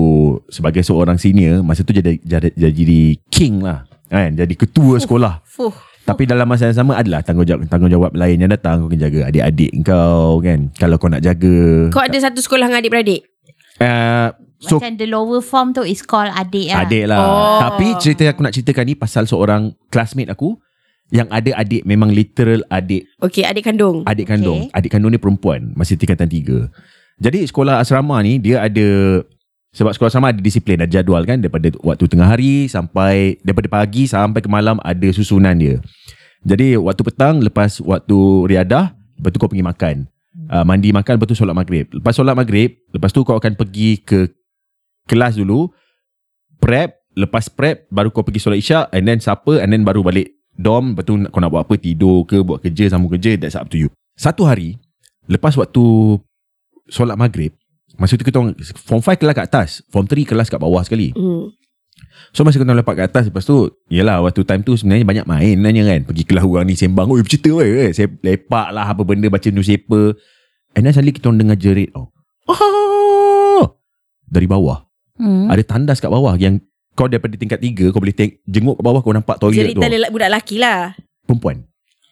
sebagai seorang senior, masa tu jadi jadi, jadi king lah. Kan? Jadi ketua
Oh.
sekolah.
Fuh
Tapi dalam masa yang sama adalah tanggungjawab tanggungjawab lain yang datang. Kau kena jaga adik-adik kau kan. Kalau kau nak jaga.
Kau ada satu sekolah dengan adik-beradik
Uh, so
Macam the lower form tu is called adik lah.
Adik lah
Oh.
oh. Tapi cerita yang aku nak ceritakan ni Pasal seorang classmate aku Yang ada adik Memang literal adik
Okay adik kandung
Adik kandung Adik kandung ni perempuan Masih tingkatan tiga Jadi sekolah asrama ni Dia ada Sebab sekolah asrama ada disiplin Ada jadual kan Daripada waktu tengah hari Sampai Daripada pagi Sampai ke malam Ada susunan dia Jadi waktu petang Lepas waktu riadah Lepas tu kau pergi makan uh, Mandi makan Lepas tu solat maghrib Lepas solat maghrib Lepas tu kau akan pergi ke Kelas dulu prep lepas prep baru kau pergi solat isyak and then supper and then baru balik dorm lepas tu nak- kau nak buat apa tidur ke buat kerja sambung kerja that's up to you satu hari lepas waktu solat maghrib masa tu kita orang form 5 kelas kat atas form 3 kelas kat bawah sekali
Hmm.
so masa kita orang lepak kat atas lepas tu yelah waktu time tu sebenarnya banyak main sebenarnya kan pergi kelas orang ni sembang oi bercerita weh eh. saya lepak lah apa benda baca newspaper and then suddenly kita orang dengar jerit oh. oh dari bawah
Hmm.
ada tandas kat bawah yang kau daripada tingkat tiga kau boleh teng- jenguk ke bawah kau nampak toilet
Cerita
tu
lelak, budak lelaki lah
perempuan.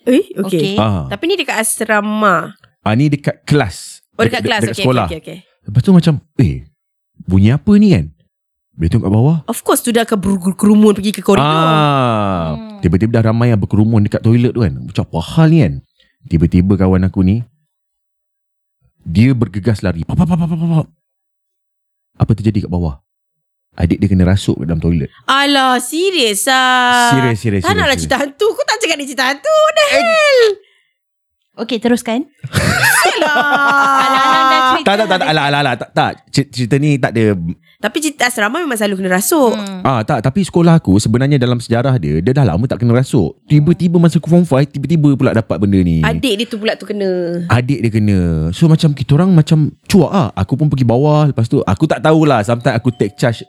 Eh
Okay.
okay. okay.
Ah.
Tapi ni dekat asrama
ah ni dekat kelas.
Oh dekat, kelas
dekat
okay,
sekolah.
okay, okay, okay.
Lepas tu macam eh bunyi apa ni kan? Boleh tengok kat bawah.
Of course tu dah akan berkerumun Pergi ke koridor
Ah.
Hmm.
Tiba-tiba dah ramai yang berkerumun dekat toilet tu kan. Macam apa hal ni kan? Tiba-tiba kawan aku ni dia bergegas lari. Pop, pop, pop, pop, pop, pop. Apa terjadi kat bawah? Adik dia kena rasuk ke dalam toilet.
Alah serius lah
Serius, serius,
Tak
serius,
naklah
serius. Eh.
cerita hantu Kau tak cakap ni cerita hantu Dah
Okay, teruskan. Anak-anak dah
lah
cerita.
Tak, tak, tak, tak, alah, alah, alah, tak, tak. Cer- Cerita ni tak ada
Tapi cerita asrama memang selalu kena rasuk
Hmm.
Ah tak tapi sekolah aku sebenarnya dalam sejarah dia dia dah lama tak kena rasuk. Tiba-tiba masa aku form 5 tiba-tiba pula dapat benda ni.
Adik dia tu pula tu kena
Adik dia kena. So macam kita orang macam cuak ah. Aku pun pergi bawah lepas tu aku tak tahulah sometimes aku take charge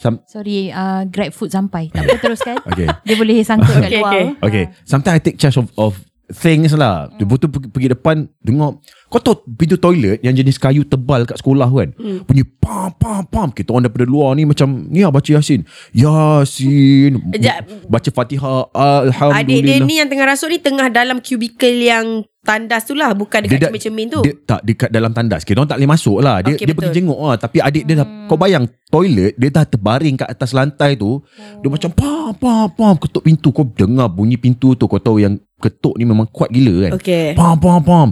Some,
Sorry, uh, grab food sampai. Tak apa, teruskan.
okay.
Dia boleh sangkut kat
Okay,
luar.
okay.
Okay. Sometimes I take charge of of things lah. Tu Lepas tu pergi, pergi depan tengok kau tahu pintu toilet yang jenis kayu tebal kat sekolah kan. Hmm. Bunyi pam pam pam. Kita orang daripada luar ni macam ni ah baca Yasin. Yasin.
Sekejap.
Baca Fatihah.
Ah, Adik
Alhamdulillah.
dia ni yang tengah rasuk ni Tengah dalam cubicle yang tandas tu lah bukan
Dia
dekat
dah-
cermin-cermin tu.
Dia tak dekat dalam tandas. Kita orang tak boleh masuk lah. Dia,
Okey,
okay, dia pergi
betul. Hmm.
jenguk lah. Tapi adik dia dah, kau bayang toilet, dia dah terbaring kat atas lantai tu.
Oh.
Dia macam pam, pam, pam. Ketuk pintu. Kau dengar bunyi pintu tu. Kau tahu yang ketuk ni memang kuat gila kan.
Okey.
Pam, pam, pam.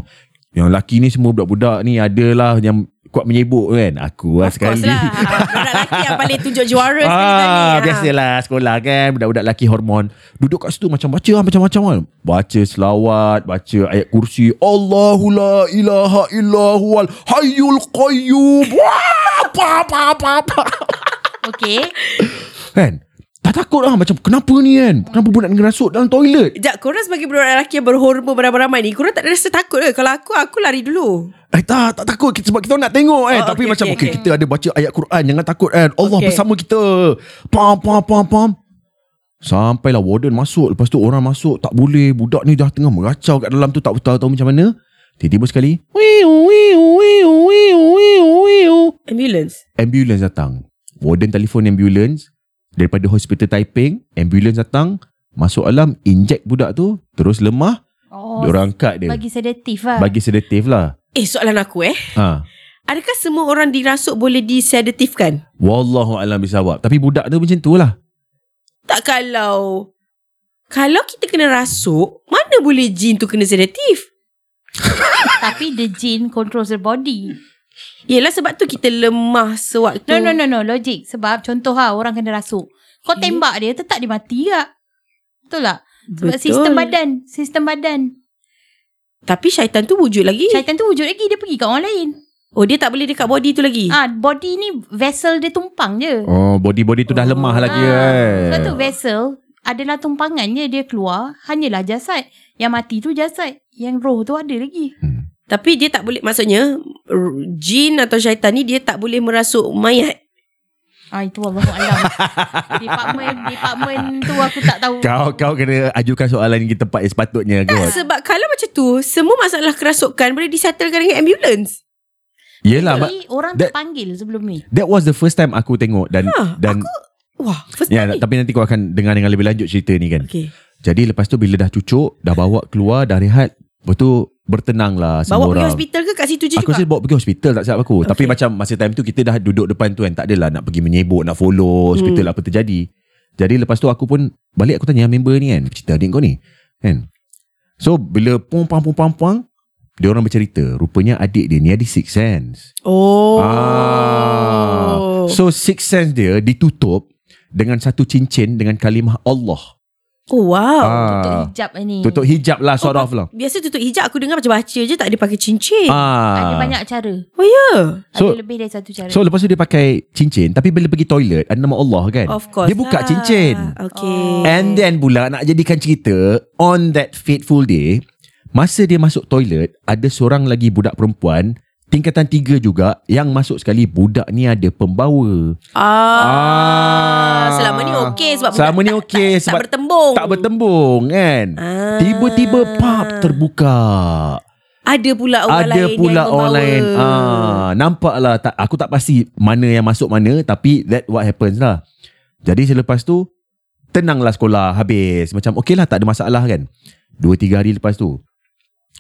Yang laki ni semua budak-budak ni adalah yang kuat menyebuk kan. Aku lah
Of course
sekali.
lah. Budak lelaki yang paling tunjuk juara sekali
Ah,
tadi. Ha.
biasalah sekolah kan Budak-budak lelaki hormon Duduk kat situ macam baca lah, Macam-macam kan Baca selawat Baca ayat kursi Allahu la ilaha illahual Hayyul qayyum Wah Apa apa apa apa
Okay.
Kan Tak takut lah Macam kenapa ni kan Kenapa budak ni ngerasuk dalam toilet
Sekejap, korang sebagai budak lelaki yang berhormon beramai-ramai ni, korang tak ada rasa takut ke? Kalau aku, aku lari dulu.
Eh tak tak takut Kita- Sebab kita nak tengok eh
Oh,
Tapi
okey,
macam
okey,
okay,
okey.
Kita ada baca ayat Quran Jangan takut kan Allah
Okey.
bersama kita Pam pam pam pam Sampailah warden masuk Lepas tu orang masuk Tak boleh Budak ni dah tengah meracau kat dalam tu Tak tahu tahu macam mana Tiba-tiba sekali wiu, wiu, wiu, wiu, wiu, wiu.
Ambulance.
Ambulans datang Warden telefon ambulans Daripada hospital Taiping Ambulans datang Masuk alam Inject budak tu Terus lemah
Oh,
Diorang cut dia
bagi sedatif lah.
Bagi sedatif lah
Eh, soalan aku eh.
ha.
Adakah semua orang dirasuk boleh disedatifkan?
Wallahu alam bisawab. Tapi budak tu macam tu lah.
Tak kalau... Kalau kita kena rasuk, mana boleh jin tu kena sedatif?
Tapi the gene controls the body.
Yelah sebab tu kita lemah sewaktu.
No, no, no, no. Logik. Sebab contoh ha, orang kena rasuk. Kau
Okay.
tembak dia, tetap dia mati tak? Betul tak? Sebab
Betul.
sistem badan. Sistem badan.
Tapi syaitan tu wujud lagi.
Syaitan tu wujud lagi, dia pergi kat orang lain.
Oh, dia tak boleh dekat body tu lagi.
Ah, body ni vessel dia tumpang je.
Oh, body-body tu dah
Oh.
lemah lagi
Ah,
eh.
Sebab tu vessel adalah tumpangannya dia keluar hanyalah jasad. Yang mati tu jasad. Yang roh tu ada lagi.
Hmm.
Tapi dia tak boleh, maksudnya, r- jin atau syaitan ni dia tak boleh merasuk mayat.
Ah itu Allah alam. department department tu aku tak tahu.
Kau kau kena ajukan soalan yang tempat yang sepatutnya kot.
Sebab kalau macam tu, semua masalah kerasukan boleh disettlekan dengan ambulans.
Yelah, but
Tapi orang
that-
terpanggil sebelum ni.
that was the first time aku tengok dan
Ha,
dan
Wah, first
ya
time ni.
tapi nanti kau akan dengar dengan lebih lanjut cerita ni kan.
Okay.
Jadi lepas tu bila dah cucuk, dah bawa keluar, dah rehat, lepas tu bertenang lah semua
Bawa pergi
orang.
hospital ke kat situ je
Aku
juga?
rasa bawa pergi hospital tak silap aku. Okay. Tapi
Okay.
macam masa time tu kita dah duduk depan tu kan. Tak adalah nak pergi menyebut, nak follow hospital apa terjadi. Jadi lepas tu aku pun balik aku tanya member ni kan. Cerita adik kau ni. Kan? So bila pung pang pung pang pang. Dia orang bercerita. Rupanya adik dia ni ada six sense.
Oh.
Ah. So six sense dia ditutup dengan satu cincin dengan kalimah Allah.
oh wow.
Tutup
Ah.
hijab ni.
Tutup hijab lah sort of lah.
Biasa tutup hijab aku dengar macam baca je tak ada pakai cincin.
Ah.
Ada banyak cara.
Ya.
So-
ada lebih dari satu cara.
So lepas tu dia pakai cincin Tapi bila pergi toilet Ada nama Allah kan
Of course.
Dia buka
lah.
cincin
Oh.
Okay.
And then pula nak jadikan cerita On that fateful day Masa dia masuk toilet Ada seorang lagi budak perempuan Tingkatan tiga juga Yang masuk sekali Budak ni ada pembawa
Ah, selama ni okey sebab
Selama
budak
ni okey
tak,
sebab
tak bertembung.
Tak bertembung kan
Ah.
Tiba-tiba pap terbuka
Ada pula orang
Ada
lain
pula
yang
orang
membawa.
lain ah, Nampaklah tak, Aku tak pasti Mana yang masuk mana Tapi that what happens lah Jadi selepas tu Tenanglah sekolah Habis Macam okey lah Tak ada masalah kan Dua tiga hari lepas tu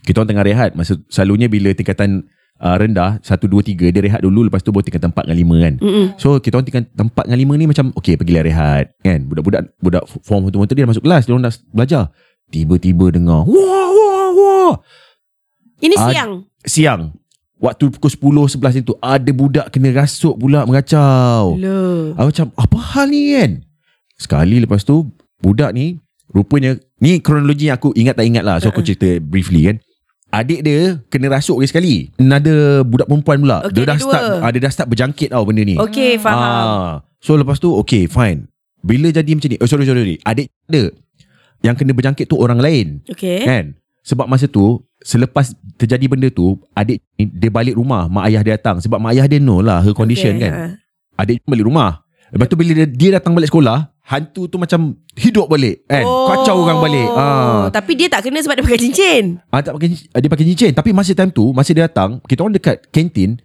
Kita orang tengah rehat Masa Selalunya bila tingkatan uh, rendah Satu dua tiga Dia rehat dulu Lepas tu baru tingkatan empat dengan lima kan
Mm-mm.
So kita orang tingkat tempat dengan lima ni macam Okay pergilah rehat kan Budak-budak Budak form tu tu dia dah masuk kelas Dia orang dah belajar Tiba-tiba dengar Wah wah wah
Ini
Ad-
siang.
siang Waktu pukul 10, 11 itu Ada budak kena rasuk pula mengacau
Loh.
Aku macam apa hal ni kan Sekali lepas tu Budak ni Rupanya Ni kronologi yang aku ingat tak ingat lah So aku cerita briefly kan Adik dia kena rasuk dia sekali Another budak perempuan pula
Okay,
Dia dah
ada
start
dua.
ah, Dia dah start berjangkit tau benda ni
Okey, faham.
Ah, so lepas tu okay fine. Bila jadi macam ni, oh sorry sorry, sorry. adik ada yang kena berjangkit tu orang lain
Okey.
eh? kan. Sebab masa tu selepas terjadi benda tu, adik ni, dia balik rumah, mak ayah dia datang sebab mak ayah dia know lah her condition
Okey,
okay, kan. Adik balik rumah. Lepas tu bila dia, dia datang balik sekolah, hantu tu macam hidup balik kan.
Oh.
Kacau orang balik. Ah,
Tapi dia tak kena sebab dia pakai cincin.
Ah, tak pakai dia pakai cincin tapi masa time tu masa dia datang kita orang dekat kantin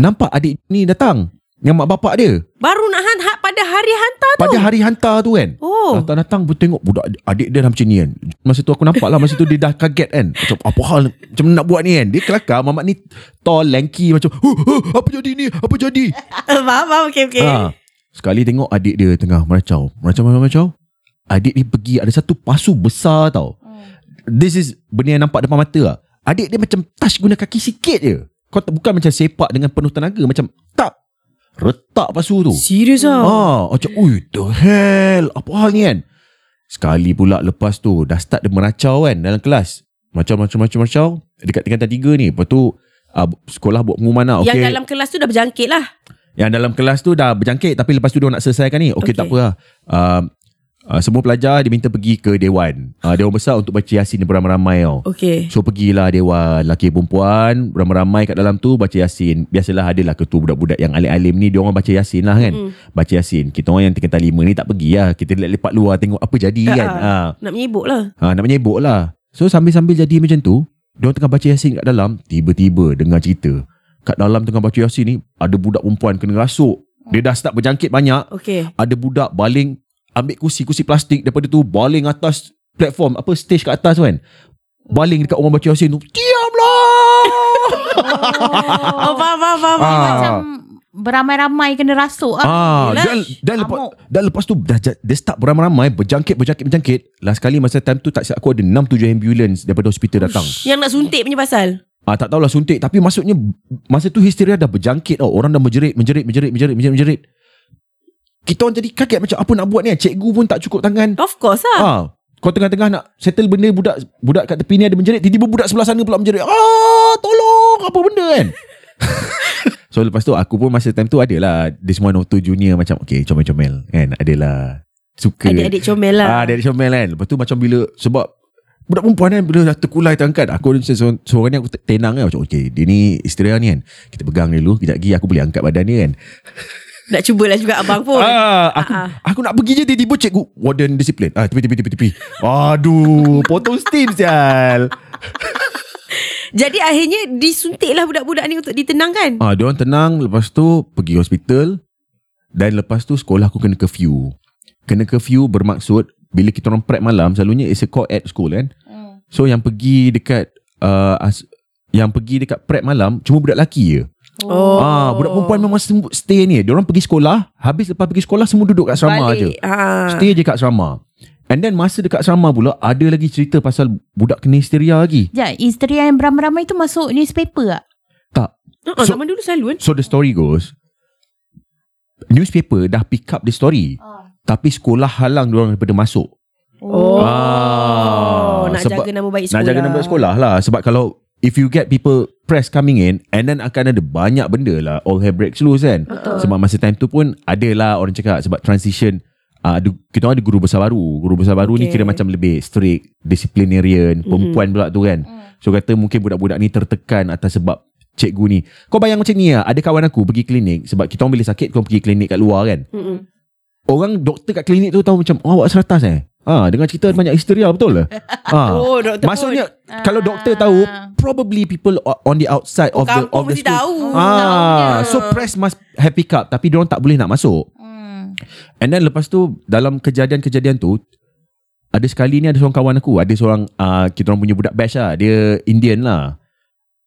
nampak adik ni datang dengan mak bapak dia
Baru nak hand, hand pada pada hari hantar tu.
Pada hari hantar tu kan
Oh.
Datang-datang pun tengok budak adik dia dah macam ni kan Masa tu aku nampak lah Masa tu dia dah kaget kan Macam apa hal Macam mana nak buat ni kan Dia kelakar mamat ni Tall, lanky Macam huh, huh, Apa jadi ni Apa jadi
faham, faham. Okay, okay.
ha. Sekali tengok adik dia tengah meracau Meracau meracau meracau Adik dia pergi Ada satu pasu besar tau This is Benda yang nampak depan mata lah Adik dia macam Touch guna kaki sikit je Kau tak- bukan macam sepak Dengan penuh tenaga Macam tak Retak pasu tu
Serius lah.
Ah, macam Ui the hell Apa hal ni kan Sekali pula lepas tu Dah start dia meracau kan Dalam kelas Macam macam macam macam Dekat tingkatan tiga ni Lepas tu uh, Sekolah buat pengumuman lah
Yang
okay.
dalam kelas tu dah berjangkit lah.
Yang dalam kelas tu dah berjangkit Tapi lepas tu dia nak selesaikan ni Okey okay.
Okey.
tak apalah uh, uh, Semua pelajar dia minta pergi ke Dewan uh, Dewan Besar untuk baca Yasin beramai-ramai tau
Okay.
So pergilah Dewan Laki perempuan Ramai-ramai kat dalam tu Baca Yasin Biasalah adalah ketua budak-budak Yang alim-alim ni Dia orang baca Yasin lah kan mm. Baca Yasin Kita orang yang tingkatan lima ni Tak pergi lah Kita lepak luar Tengok apa jadi
Ah,
kan ha.
Nak menyibuk lah.
Ha, Nak menyebok lah So sambil-sambil jadi macam tu Dia orang tengah baca Yasin kat dalam Tiba-tiba dengar cerita Kat dalam tengah baca Yasin ni Ada budak perempuan kena rasuk Dia dah start berjangkit banyak
Okay.
ada budak baling ambil kursi-kursi plastik daripada tu baling atas platform apa stage kat atas tu kan baling dekat orang baca Yasin tu diamlah
Oh, faham, faham, faham.
Ah.
Macam beramai-ramai kena rasuk ah.
ah
yelah.
dan dan lepas
Amok.
dan lepas tu dah ja- dia start beramai-ramai berjangkit berjangkit berjangkit last kali masa time tu tak silap aku ada 6 7 ambulance daripada hospital datang
Yang nak suntik punya pasal.
ah tak tahulah suntik tapi maksudnya masa tu histeria dah berjangkit tau orang dah menjerit menjerit menjerit menjerit menjerit menjerit kita orang jadi kaget macam apa nak buat ni cikgu pun tak cukup tangan
Of course lah.
Ah. Kau tengah-tengah nak settle benda budak budak kat tepi ni ada menjerit tiba-tiba budak sebelah sana pula menjerit. Ah, tolong apa benda kan? so lepas tu aku pun masa time tu adalah this one or two junior macam okay comel-comel kan adalah suka
Adik-adik comel
Ah,
lah.
adik-adik comel kan. Lepas tu macam bila sebab budak perempuan kan bila dah terkulai terangkat aku ada seorang, seorang ni aku te- tenang kan macam okay dia ni isteri ni kan kita pegang dulu kejap lagi aku boleh angkat badan dia kan
Nak cubalah juga abang pun.
Ah, aku
Ah, ah.
aku nak pergi je tiba-tiba cikgu warden disiplin. Ah, tepi tepi tepi tepi. Aduh, potong steam sial.
Jadi akhirnya disuntiklah budak-budak ni untuk ditenangkan.
Ah, dia orang tenang lepas tu pergi hospital dan lepas tu sekolah aku kena curfew. Kena curfew bermaksud bila kita orang prep malam selalunya it's a co-ed school kan.
Hmm.
So yang pergi dekat uh, as, yang pergi dekat prep malam cuma budak lelaki je.
Oh.
Ah, budak perempuan memang sem- stay ni. Dia orang pergi sekolah, habis lepas pergi sekolah semua duduk kat asrama je.
Ah.
Stay je kat asrama. And then masa dekat asrama pula ada lagi cerita pasal budak kena histeria lagi.
Sekejap, Ya, isteri yang beramai-ramai tu masuk newspaper ah. tak?
Uh-uh,
So-
zaman dulu selalu kan.
So the story goes newspaper dah pick up the story. Tapi sekolah halang diorang daripada masuk.
Ah. Oh.
Ah,
nak
sebab-
jaga nama baik sekolah.
Nak jaga nama sekolah lah sebab kalau if you get people press coming in and then akan ada banyak benda lah all hell breaks loose kan.
Betul.
Sebab masa time tu pun ada lah orang cakap sebab transition uh, ada, kita orang ada guru besar baru. Guru besar baru ni
Okay.
kira macam lebih strict, disciplinarian,
Mhm.
perempuan pula tu kan.
Hmm,
So kata mungkin budak-budak ni tertekan atas sebab cikgu ni. Kau bayang macam ni lah, ada kawan aku pergi klinik sebab kita orang bila sakit kau pergi klinik kat luar kan.
Mm-mm.
Orang doktor kat klinik tu tahu macam oh, awak seratas eh. Ha, dengar cerita banyak histeria betul lah. Ha.
Oh, doktor
Maksudnya kalau doktor tahu probably people o- on the outside
pun.
of the
Oh, kampung
of the
mesti
school.
tahu.
Ah, so press must have pick up tapi diorang tak boleh nak masuk.
Hmm.
And then lepas tu dalam kejadian-kejadian tu ada sekali ni ada seorang kawan aku, ada seorang uh, kita orang punya budak bash lah, dia Indian lah.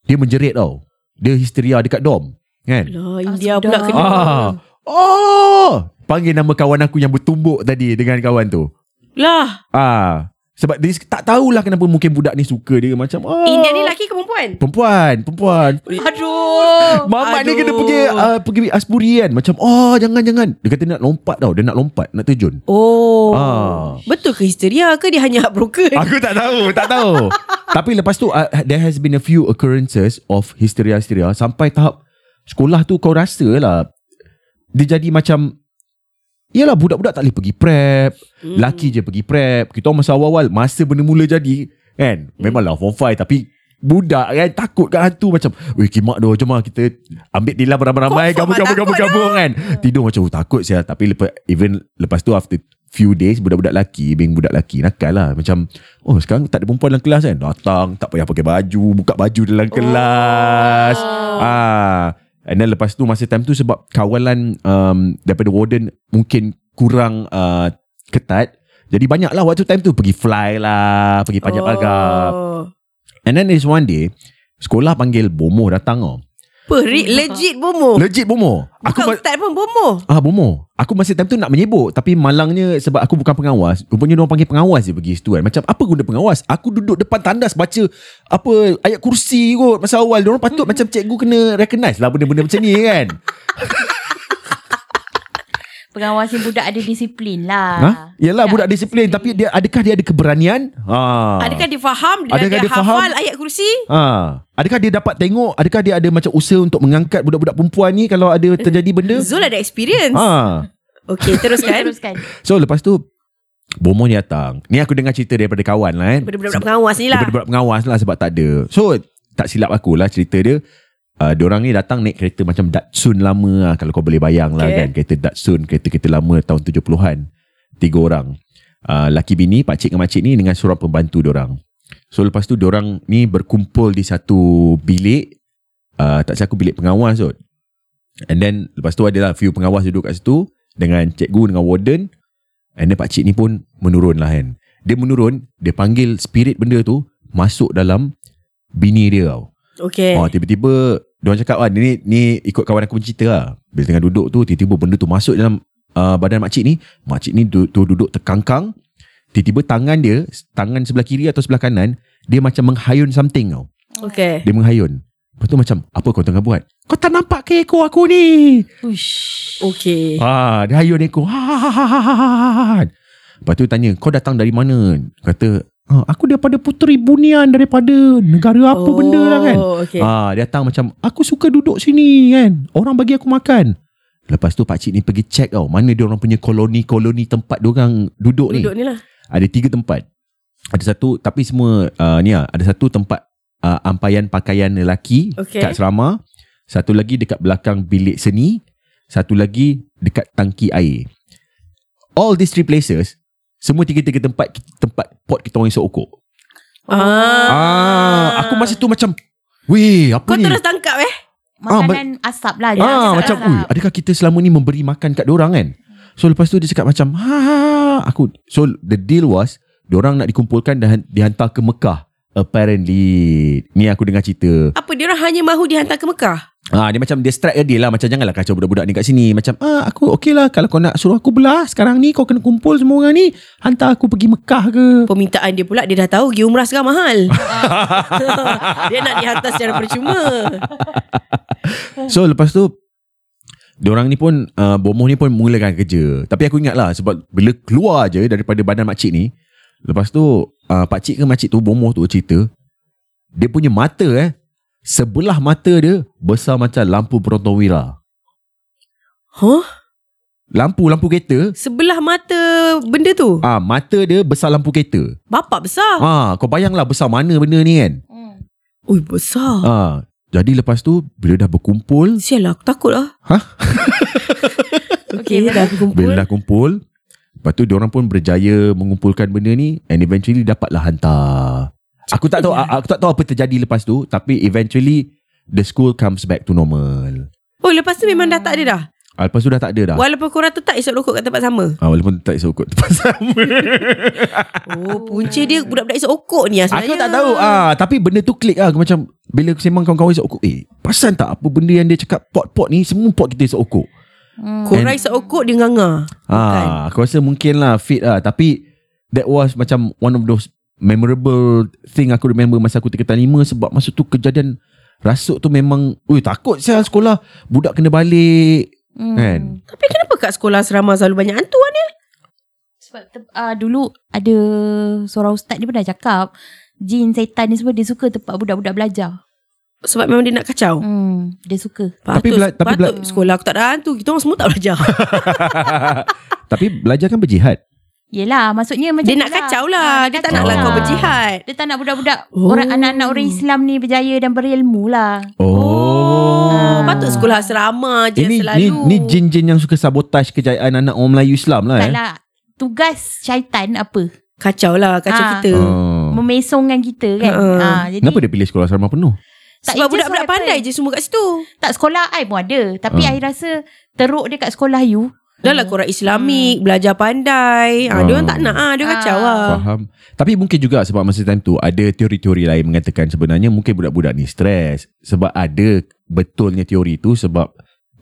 Dia menjerit tau. Dia histeria dekat dom, kan?
Lah, India
sudah.
pula kena.
Ah. Oh! Panggil nama kawan aku yang bertumbuk tadi dengan kawan tu.
Lah,
Ah, sebab dia tak tahulah kenapa mungkin budak ni suka dia macam ah.
India ni lelaki ke perempuan?
Perempuan, perempuan.
Aduh.
Mamat ni
Aduh.
kena pergi uh, pergi asburi kan. Macam oh jangan jangan. Dia kata dia nak lompat tau. Dia nak lompat, nak terjun.
Oh.
Ah.
Betul ke histeria ke dia hanya heartbroken?
Aku tak tahu, tak tahu. Tapi lepas tu uh, there has been a few occurrences of hysteria-hysteria sampai tahap sekolah tu kau rasa lah dia jadi macam Yelah budak-budak tak boleh pergi prep
Hmm.
Laki je pergi prep Kita orang masa awal-awal Masa benda mula jadi
Hmm.
Kan Memanglah form 5 Tapi Budak kan Takut kat hantu Macam Weh kimak doh Jom lah kita Ambil dilam ramai-ramai
Confirm lah,
Gabung-gabung-gabung kan Tidur macam oh, Takut saya Tapi lepas, even Lepas tu after Few days Budak-budak lelaki Being budak lelaki Nakal lah Macam Oh sekarang tak ada perempuan dalam kelas kan Datang Tak payah pakai baju Buka baju dalam kelas ah, And then lepas tu masa time tu sebab kawalan um, daripada warden mungkin kurang uh, ketat. Jadi banyak lah waktu time tu pergi fly lah, pergi panjat oh. pagar. And then there's one day, sekolah panggil bomoh datang tau.
Perik legit bomoh.
Legit bomoh. Aku
Oh. Bukan
ma-
ustaz pun bomoh.
Ah bomoh. Aku masa time tu nak menyebut tapi malangnya sebab aku bukan pengawas. Rupanya orang panggil pengawas je pergi situ kan. Macam apa guna pengawas? Aku duduk depan tandas baca apa ayat kursi kot masa awal. Orang
Hmm.
patut macam cikgu kena recognize lah benda-benda macam ni kan.
Pengawas ni budak ada disiplin
Ah.
lah.
Ha? Yalah
Ya,
budak disiplin tapi dia adakah dia ada keberanian? Ha.
Adakah dia faham dan
Adakah
dia,
dia faham?
hafal ayat kursi?
ha. Adakah dia dapat tengok? Adakah dia ada macam usaha untuk mengangkat budak-budak perempuan ni kalau ada terjadi benda?
Zul ada experience.
Ha.
Okey,
Teruskan.
teruskan.
Teruskan.
So lepas tu Bomo ni datang. Ni aku dengar cerita daripada kawan lah kan.
Budak-budak pengawas ni lah.
Dia budak pengawas lah sebab tak ada. So tak silap aku lah cerita dia. Uh, diorang ni datang naik kereta macam Datsun lama lah. Kalau kau boleh bayang lah
Okay.
kan. Kereta Datsun, kereta-kereta lama tahun 70-an. Tiga orang. Uh, laki bini, pakcik dengan makcik ni dengan seorang pembantu diorang. So lepas tu diorang ni berkumpul di satu bilik. Uh, tak siapa bilik pengawas kot. And then lepas tu adalah few pengawas duduk kat situ. Dengan cikgu, dengan warden. And then pakcik ni pun menurun lah kan. Dia menurun, dia panggil spirit benda tu masuk dalam bini dia tau.
Okey.
Oh, tiba-tiba dia orang cakap ah ni ni ikut kawan aku bercerita lah. Bila tengah duduk tu tiba-tiba benda tu masuk dalam uh, badan makcik ni. Makcik ni du- tu duduk terkangkang. Tiba-tiba tangan dia, tangan sebelah kiri atau sebelah kanan, dia macam menghayun something tau.
Okey.
Dia menghayun. Lepas tu macam, apa kau tengah buat? Kau tak nampak ke ekor aku ni?
Ush.
Okey.
Ah, dia hayun ekor. Ha, ha, ha, ha, ha, ha, ha. Lepas tu tanya, kau datang dari mana? Kata, ah, aku daripada Puteri Bunian daripada negara apa oh. benda lah kan.
Oh, Okey.
Okay. Ah, dia datang macam, aku suka duduk sini kan. Orang bagi aku makan. Lepas tu pakcik ni pergi check tau. Mana dia orang punya koloni-koloni tempat dia orang duduk, ni.
Duduk ni lah.
Ada tiga tempat. Ada satu, tapi semua uh, ni lah. Ada satu tempat uh, ampaian pakaian lelaki okay.
Okey.
kat serama. Satu lagi dekat belakang bilik seni. Satu lagi dekat tangki air. All these three places, semua tiga-tiga tempat tempat pot kita orang esok okok.
Ah.
Ah, aku masa tu macam, weh, apa
Kau
ni?
terus tangkap eh?
Makanan asap lah. dia
Ah,
asap
macam
asap.
ui, adakah kita selama ni memberi makan kat orang kan? So lepas tu dia cakap macam ha ha, ha." aku so the deal was orang nak dikumpulkan dan dihantar ke Mekah apparently. Ni aku dengar cerita.
Apa dia orang hanya mahu dihantar ke Mekah?
Ah dia macam dia strike a deal lah macam janganlah kacau budak-budak ni kat sini. Macam ah aku okey lah kalau kau nak suruh aku belah sekarang ni kau kena kumpul semua orang ni hantar aku pergi Mekah ke.
Permintaan dia pula dia dah tahu pergi umrah sekarang mahal. dia nak dihantar secara percuma.
So lepas tu Diorang ni pun uh, Bomoh ni pun mulakan kerja Tapi aku ingat lah Sebab bila keluar je Daripada badan makcik ni Lepas tu uh, Pakcik ke makcik tu Bomoh tu cerita Dia punya mata eh Sebelah mata dia Besar macam lampu Prontowira
Huh?
Lampu-lampu kereta
Sebelah mata benda tu.
Ah, mata dia besar lampu kereta.
Bapak besar.
Ah, kau bayanglah besar mana benda ni kan.
Hmm.
Ui, besar.
Ah, jadi lepas tu bila dah berkumpul,
Sial lah, aku takut lah.
Hah?
okay,
Okey,
dah aku kumpul.
Bila dah kumpul Lepas tu diorang pun berjaya mengumpulkan benda ni And eventually dapatlah hantar Aku tak tahu ah, aku tak tahu apa terjadi lepas tu Tapi eventually The school comes back to normal
Oh, lepas tu memang dah tak ada dah.
ah, Lepas tu dah tak ada dah
Walaupun korang tetap esok rokok kat tempat sama.
ah, Walaupun tak seukut pasal
Oh, punca dia budak-budak esok okok ni asalnya.
Aku tak tahu ah, Tapi benda tu klik lah Aku macam Bila aku sembang kawan-kawan esok okok Eh perasan tak apa benda yang dia cakap Pot-pot ni Semua pot kita esok okok
Hmm.
Korang esok okok dia nganga.
ah, Aku rasa mungkin lah Fit lah Tapi That was macam One of those Memorable Thing aku remember Masa aku tingkatan lima Sebab masa tu kejadian Rasuk tu memang Ui takut saya sekolah Budak kena balik
Hmm.
Kan?
Tapi kenapa kat sekolah asrama selalu banyak hantu kan?
Sebab te- uh, dulu ada seorang ustaz dia pernah cakap jin setan ni semua dia suka tempat budak-budak belajar.
Sebab memang dia nak kacau.
Hmm, dia suka.
Patut,
Tapi bela- tapi
patut sekolah aku tak ada hantu. Kita orang semua tak belajar.
Tapi belajar kan berjihad
Yelah, maksudnya macam Ah,
dia
tu
nak kacau lah. Dia tak
kacau
nak lah kau
lah.
berjihad.
Dia tak nak budak-budak
Oh. Eh?
orang anak-anak orang Islam ni berjaya dan berilmu lah.
Oh,
Oh, patut sekolah asrama je
Ini
selalu.
Eh, ni, ni jin-jin yang suka sabotaj kejayaan anak orang Melayu Islam lah
Tak
eh.
lah. Tugas syaitan apa?
Kacau lah, kacau
Ah.
kita.
Oh.
Memesongkan kita kan.
Uh-uh.
Ha, jadi
Kenapa dia pilih sekolah asrama penuh?
Tak, it just
Sebab budak-budak
so happen.
pandai je semua kat situ.
Tak sekolah I pun ada Tapi
Ah.
Ha.
I rasa Teruk dia kat sekolah you
Dah lah korang
Hmm.
Islamik, belajar pandai. Ha,
Ah.
Dia orang tak nak, ha, dia
Ah.
kacau lah.
Faham. Tapi mungkin juga sebab masa time tu ada teori-teori lain mengatakan sebenarnya mungkin budak-budak ni stres sebab ada betulnya teori tu sebab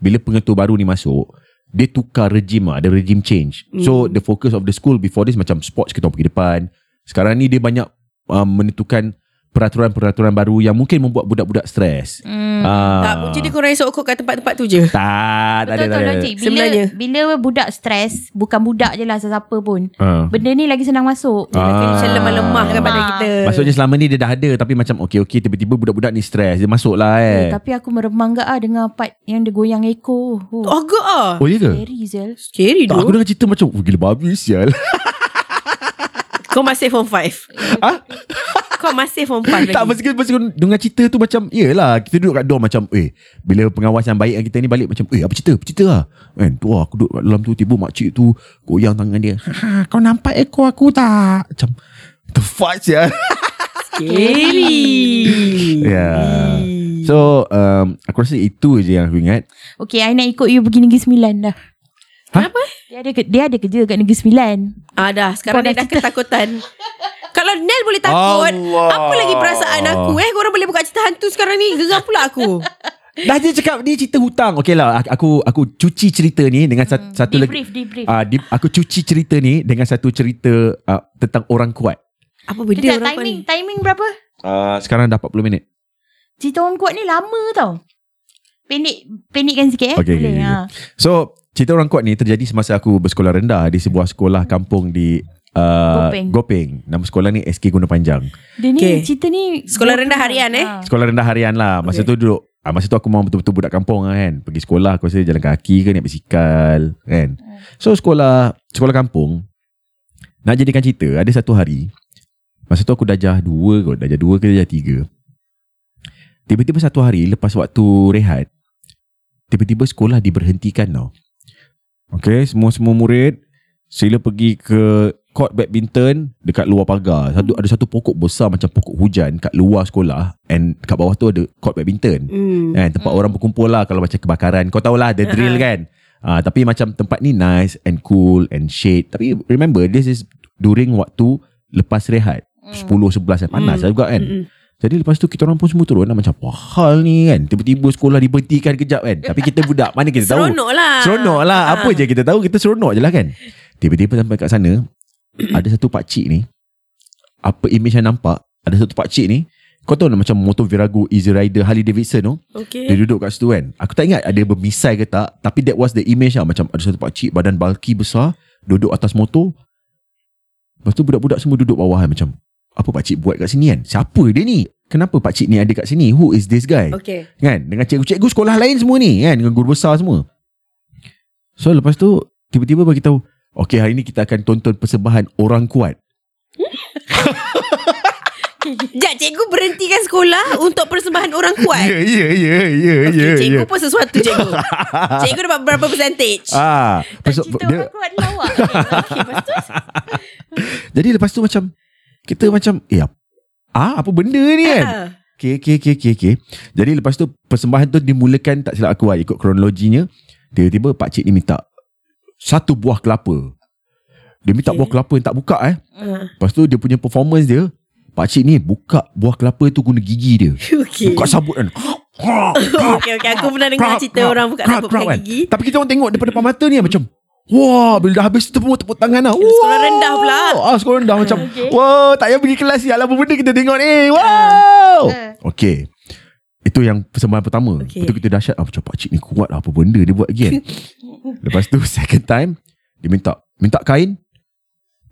bila pengetua baru ni masuk dia tukar rejim lah, ada rejim change. Mm. So
Hmm.
the focus of the school before this macam sports kita orang pergi depan. Sekarang ni dia banyak uh, menentukan peraturan-peraturan baru yang mungkin membuat budak-budak stres.
hmm.
Ah.
Tak, jadi korang esok kau kat tempat-tempat tu je.
Tak, tak ada,
Betul
tak
tak
ada.
logik Bila,
Sebenarnya.
bila budak stres Bukan budak je lah Sesiapa pun
Ah.
Benda ni lagi senang masuk
Ah. Eh.
Macam lemah-lemah kan badan
Lemah.
kita.
Maksudnya selama ni dia dah ada tapi macam okey-okey tiba-tiba budak-budak ni stres dia masuk lah eh.
Eh, tapi aku meremang gak ah dengar part yang dia goyang ekor. Oh,
Agak ah.
Oh ya ke?
scary Zel.
Scary
Tak, aku
tu.
dengar cerita macam "Oh, Gila babi sial
Kau masih form 5.
Ah?
Kau masih form 5 lagi.
Tak masa masa dengar cerita tu macam Yelah Kita duduk kat dorm macam Eh bila pengawas yang baik yang kita ni balik Macam eh apa cerita Apa cerita lah Kan tu lah aku duduk kat dalam tu Tiba makcik tu Goyang tangan dia "Ha, Kau nampak ekor aku tak Macam The fuck sial
Scary.
Yeah. So um, aku rasa itu je yang aku ingat
Okay, I nak ikut you pergi Negeri Sembilan dah.
Hah?
Kenapa?
Dia ada ke, dia ada kerja kat Negeri Sembilan.
Ah dah, sekarang
Kau
dia
dah
dah ketakutan. Kalau Nel boleh takut,
Allah.
apa lagi perasaan aku eh? Korang boleh buka cerita hantu sekarang ni. Geram pula aku.
Dah dia cakap Dia cerita hutang Okay lah Aku aku cuci cerita ni Dengan hmm, satu lagi
Debrief, debrief.
uh, di, Aku cuci cerita ni Dengan satu cerita uh, Tentang orang kuat
Apa benda
Kejap,
orang
timing, timing berapa?
uh, Sekarang dah 40 minit
Cerita orang kuat ni lama tau. Pendek, pendekkan sikit eh.
Okey,
Boleh,
okey,
ha.
So cerita orang kuat ni terjadi semasa aku bersekolah rendah di sebuah sekolah kampung di uh,
Gopeng.
Gopeng. Nama sekolah ni SK Gunung Panjang.
Dia ni,
Okey.
cerita ni.
Sekolah
dia
rendah
pernah,
harian, eh?
ha.
Sekolah rendah harian lah. Masa tu
Okey.
duduk Ah, masa tu aku memang betul-betul budak kampung lah kan. Pergi sekolah aku rasa jalan kaki ke naik basikal kan. So sekolah sekolah kampung nak jadikan cerita ada satu hari masa tu aku dajah dua kot dajah dua ke dajah tiga. Tiba-tiba satu hari lepas waktu rehat tiba-tiba sekolah diberhentikan tau. Okay semua-semua murid sila pergi ke court badminton dekat luar pagar. Satu ada satu pokok besar macam pokok hujan kat luar sekolah and kat bawah tu ada court badminton.
Hmm.
Kan tempat orang berkumpul lah kalau macam kebakaran. Kau tahulah ada drill kan. Ah tapi macam tempat ni nice and cool and shade. Tapi remember this is during waktu lepas rehat.
Mm.
10 11 kan panas lah juga kan.
Mm-mm.
Jadi lepas tu kita orang pun semua turun lah macam wah hal ni kan. Tiba-tiba sekolah diberhentikan kejap kan. Tapi kita budak mana kita tahu.
Seronok lah.
Seronok lah Apa je kita tahu Kita seronok je lah kan Tiba-tiba sampai kat sana Ada satu pakcik ni Apa image yang nampak Ada satu pakcik ni Kau tahu tak macam Motor Virago Easy Rider Harley Davidson tu Dia
Okay.
duduk kat situ kan Aku tak ingat Ada bermisai ke tak Tapi that was the image lah Macam ada satu pakcik Badan bulky besar Duduk atas motor Lepas tu budak-budak semua duduk bawah kan Macam Apa pakcik buat kat sini kan Siapa dia ni Kenapa pakcik ni ada kat sini Who is this guy
Okay.
Kan Dengan cikgu-cikgu sekolah lain semua ni kan Dengan guru besar semua So lepas tu Tiba-tiba bagi tahu Okay hari ni kita akan tonton persembahan orang kuat
Sekejap, cikgu berhentikan sekolah untuk persembahan orang kuat.
ya ya ya
Okay, cikgu pun sesuatu cikgu. cikgu dapat berapa percentage?
Ah,
Tak
pasal
cerita
dia,
orang Kan kuat ni lawak. Okay, lepas tu.
jadi lepas tu macam kita macam eh ap- ah apa benda ni kan?
Ah.
Okay, okay, okay, okay, okay. Jadi lepas tu persembahan tu dimulakan tak silap aku lah ikut kronologinya. Tiba-tiba pakcik ni minta satu buah kelapa. Dia minta
Okay.
buah kelapa yang tak buka eh.
Ah.
Lepas tu dia punya performance dia Pakcik ni buka buah kelapa tu guna gigi dia
Okay.
Buka sabut kan
Okay, okay. Aku pernah dengar cerita orang buka sabut pakai gigi.
kan? Tapi kita orang tengok daripada depan mata ni macam Wah, bila dah habis tu pun tepuk tangan lah. Wow.
Sekolah rendah pula.
Ah, sekolah rendah macam, wah, tak payah pergi kelas ya. Apa benda kita tengok ni. Wow. Okay. Itu yang persembahan pertama.
Ah. Okay.
Okay. Betul kita dahsyat. Ah, macam pakcik ni kuat lah. Apa benda dia buat lagi kan. Lepas tu second time, dia minta. Minta kain.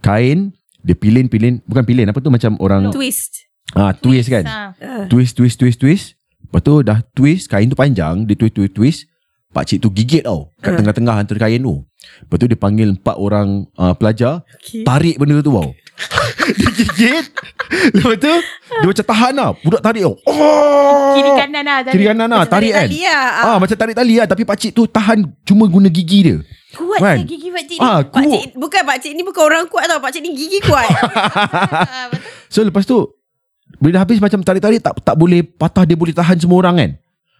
Kain. Dia pilin-pilin. Bukan pilin. Apa tu macam orang.
Twist. Ah,
Ah, twist kan.
Ha.
Twist, twist, twist, twist. Lepas tu dah twist, kain tu panjang. Dia twist, twist, twist. Pakcik tu gigit tau. Kat
Hmm.
Ah.
tengah-tengah antara kain tu. Lepas tu dia panggil empat orang uh, pelajar.
Okay.
Tarik benda tu tau. dia gigit. Lepas tu, dia macam tahan lah. Budak tarik tau. Oh!
Kiri kanan lah.
Kiri kanan lah. Tarik kan.
tali lah.
Ah, macam tarik tali lah. Tapi pakcik tu tahan cuma guna gigi dia.
Kuat
Kan?
je gigi pakcik ni.
Ah, kuat.
Pakcik, bukan pakcik ni bukan orang kuat tau. Pakcik ni gigi kuat.
Ah, betul.
So lepas tu Bila dah habis macam tarik-tarik tak tak boleh patah dia boleh tahan semua orang kan.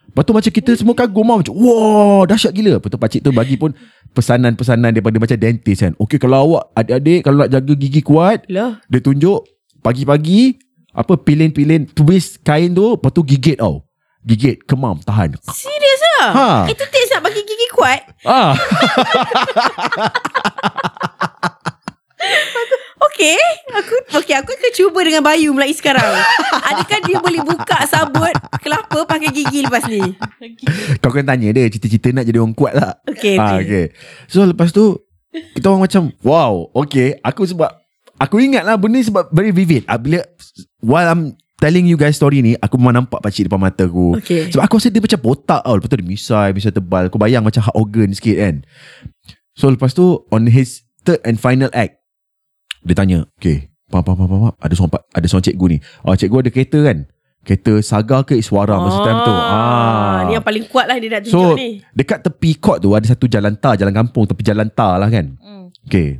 Lepas tu macam kita semua kagum lah. Macam wow dahsyat gila. Lepas tu pakcik tu bagi pun pesanan-pesanan daripada macam dentist kan. Okay kalau awak adik-adik kalau nak jaga gigi kuat.
Lah.
Dia tunjuk pagi-pagi apa pilin-pilin tulis kain tu lepas tu gigit tau. Gigit kemam tahan.
Serius lah
Ha.
Itu tips nak bagi gigi kuat
Ah.
Okay aku, Okay aku akan cuba dengan Bayu Melayu sekarang Adakah dia boleh buka sabut Kelapa pakai gigi lepas ni
Kau kena tanya dia cita-cita nak jadi orang kuat tak?
Okay,
Ah,
okay.
okay. So lepas tu kita orang macam wow, okay. Aku sebab aku ingat lah benda ni sebab very vivid. Ah, Bila while I'm telling you guys story ni, aku memang nampak pakcik depan mata aku.
Okay.
Sebab aku rasa dia macam botak tau. Lepas tu dia misai, misai tebal. Kau bayang macam hard organ sikit kan. So lepas tu on his third and final act, dia tanya, okay, faham, faham, faham, faham, faham. Ada seorang, pak- ada seorang cikgu ni. Ah, cikgu ada kereta kan? Kereta Saga ke Iswara masa time tu. Ah.
Ni yang paling kuat lah Dia nak
So
tunjuk ni
dekat tepi court tu Ada satu jalan tar Jalan kampung Tepi jalan tar lah kan
Hmm.
Okay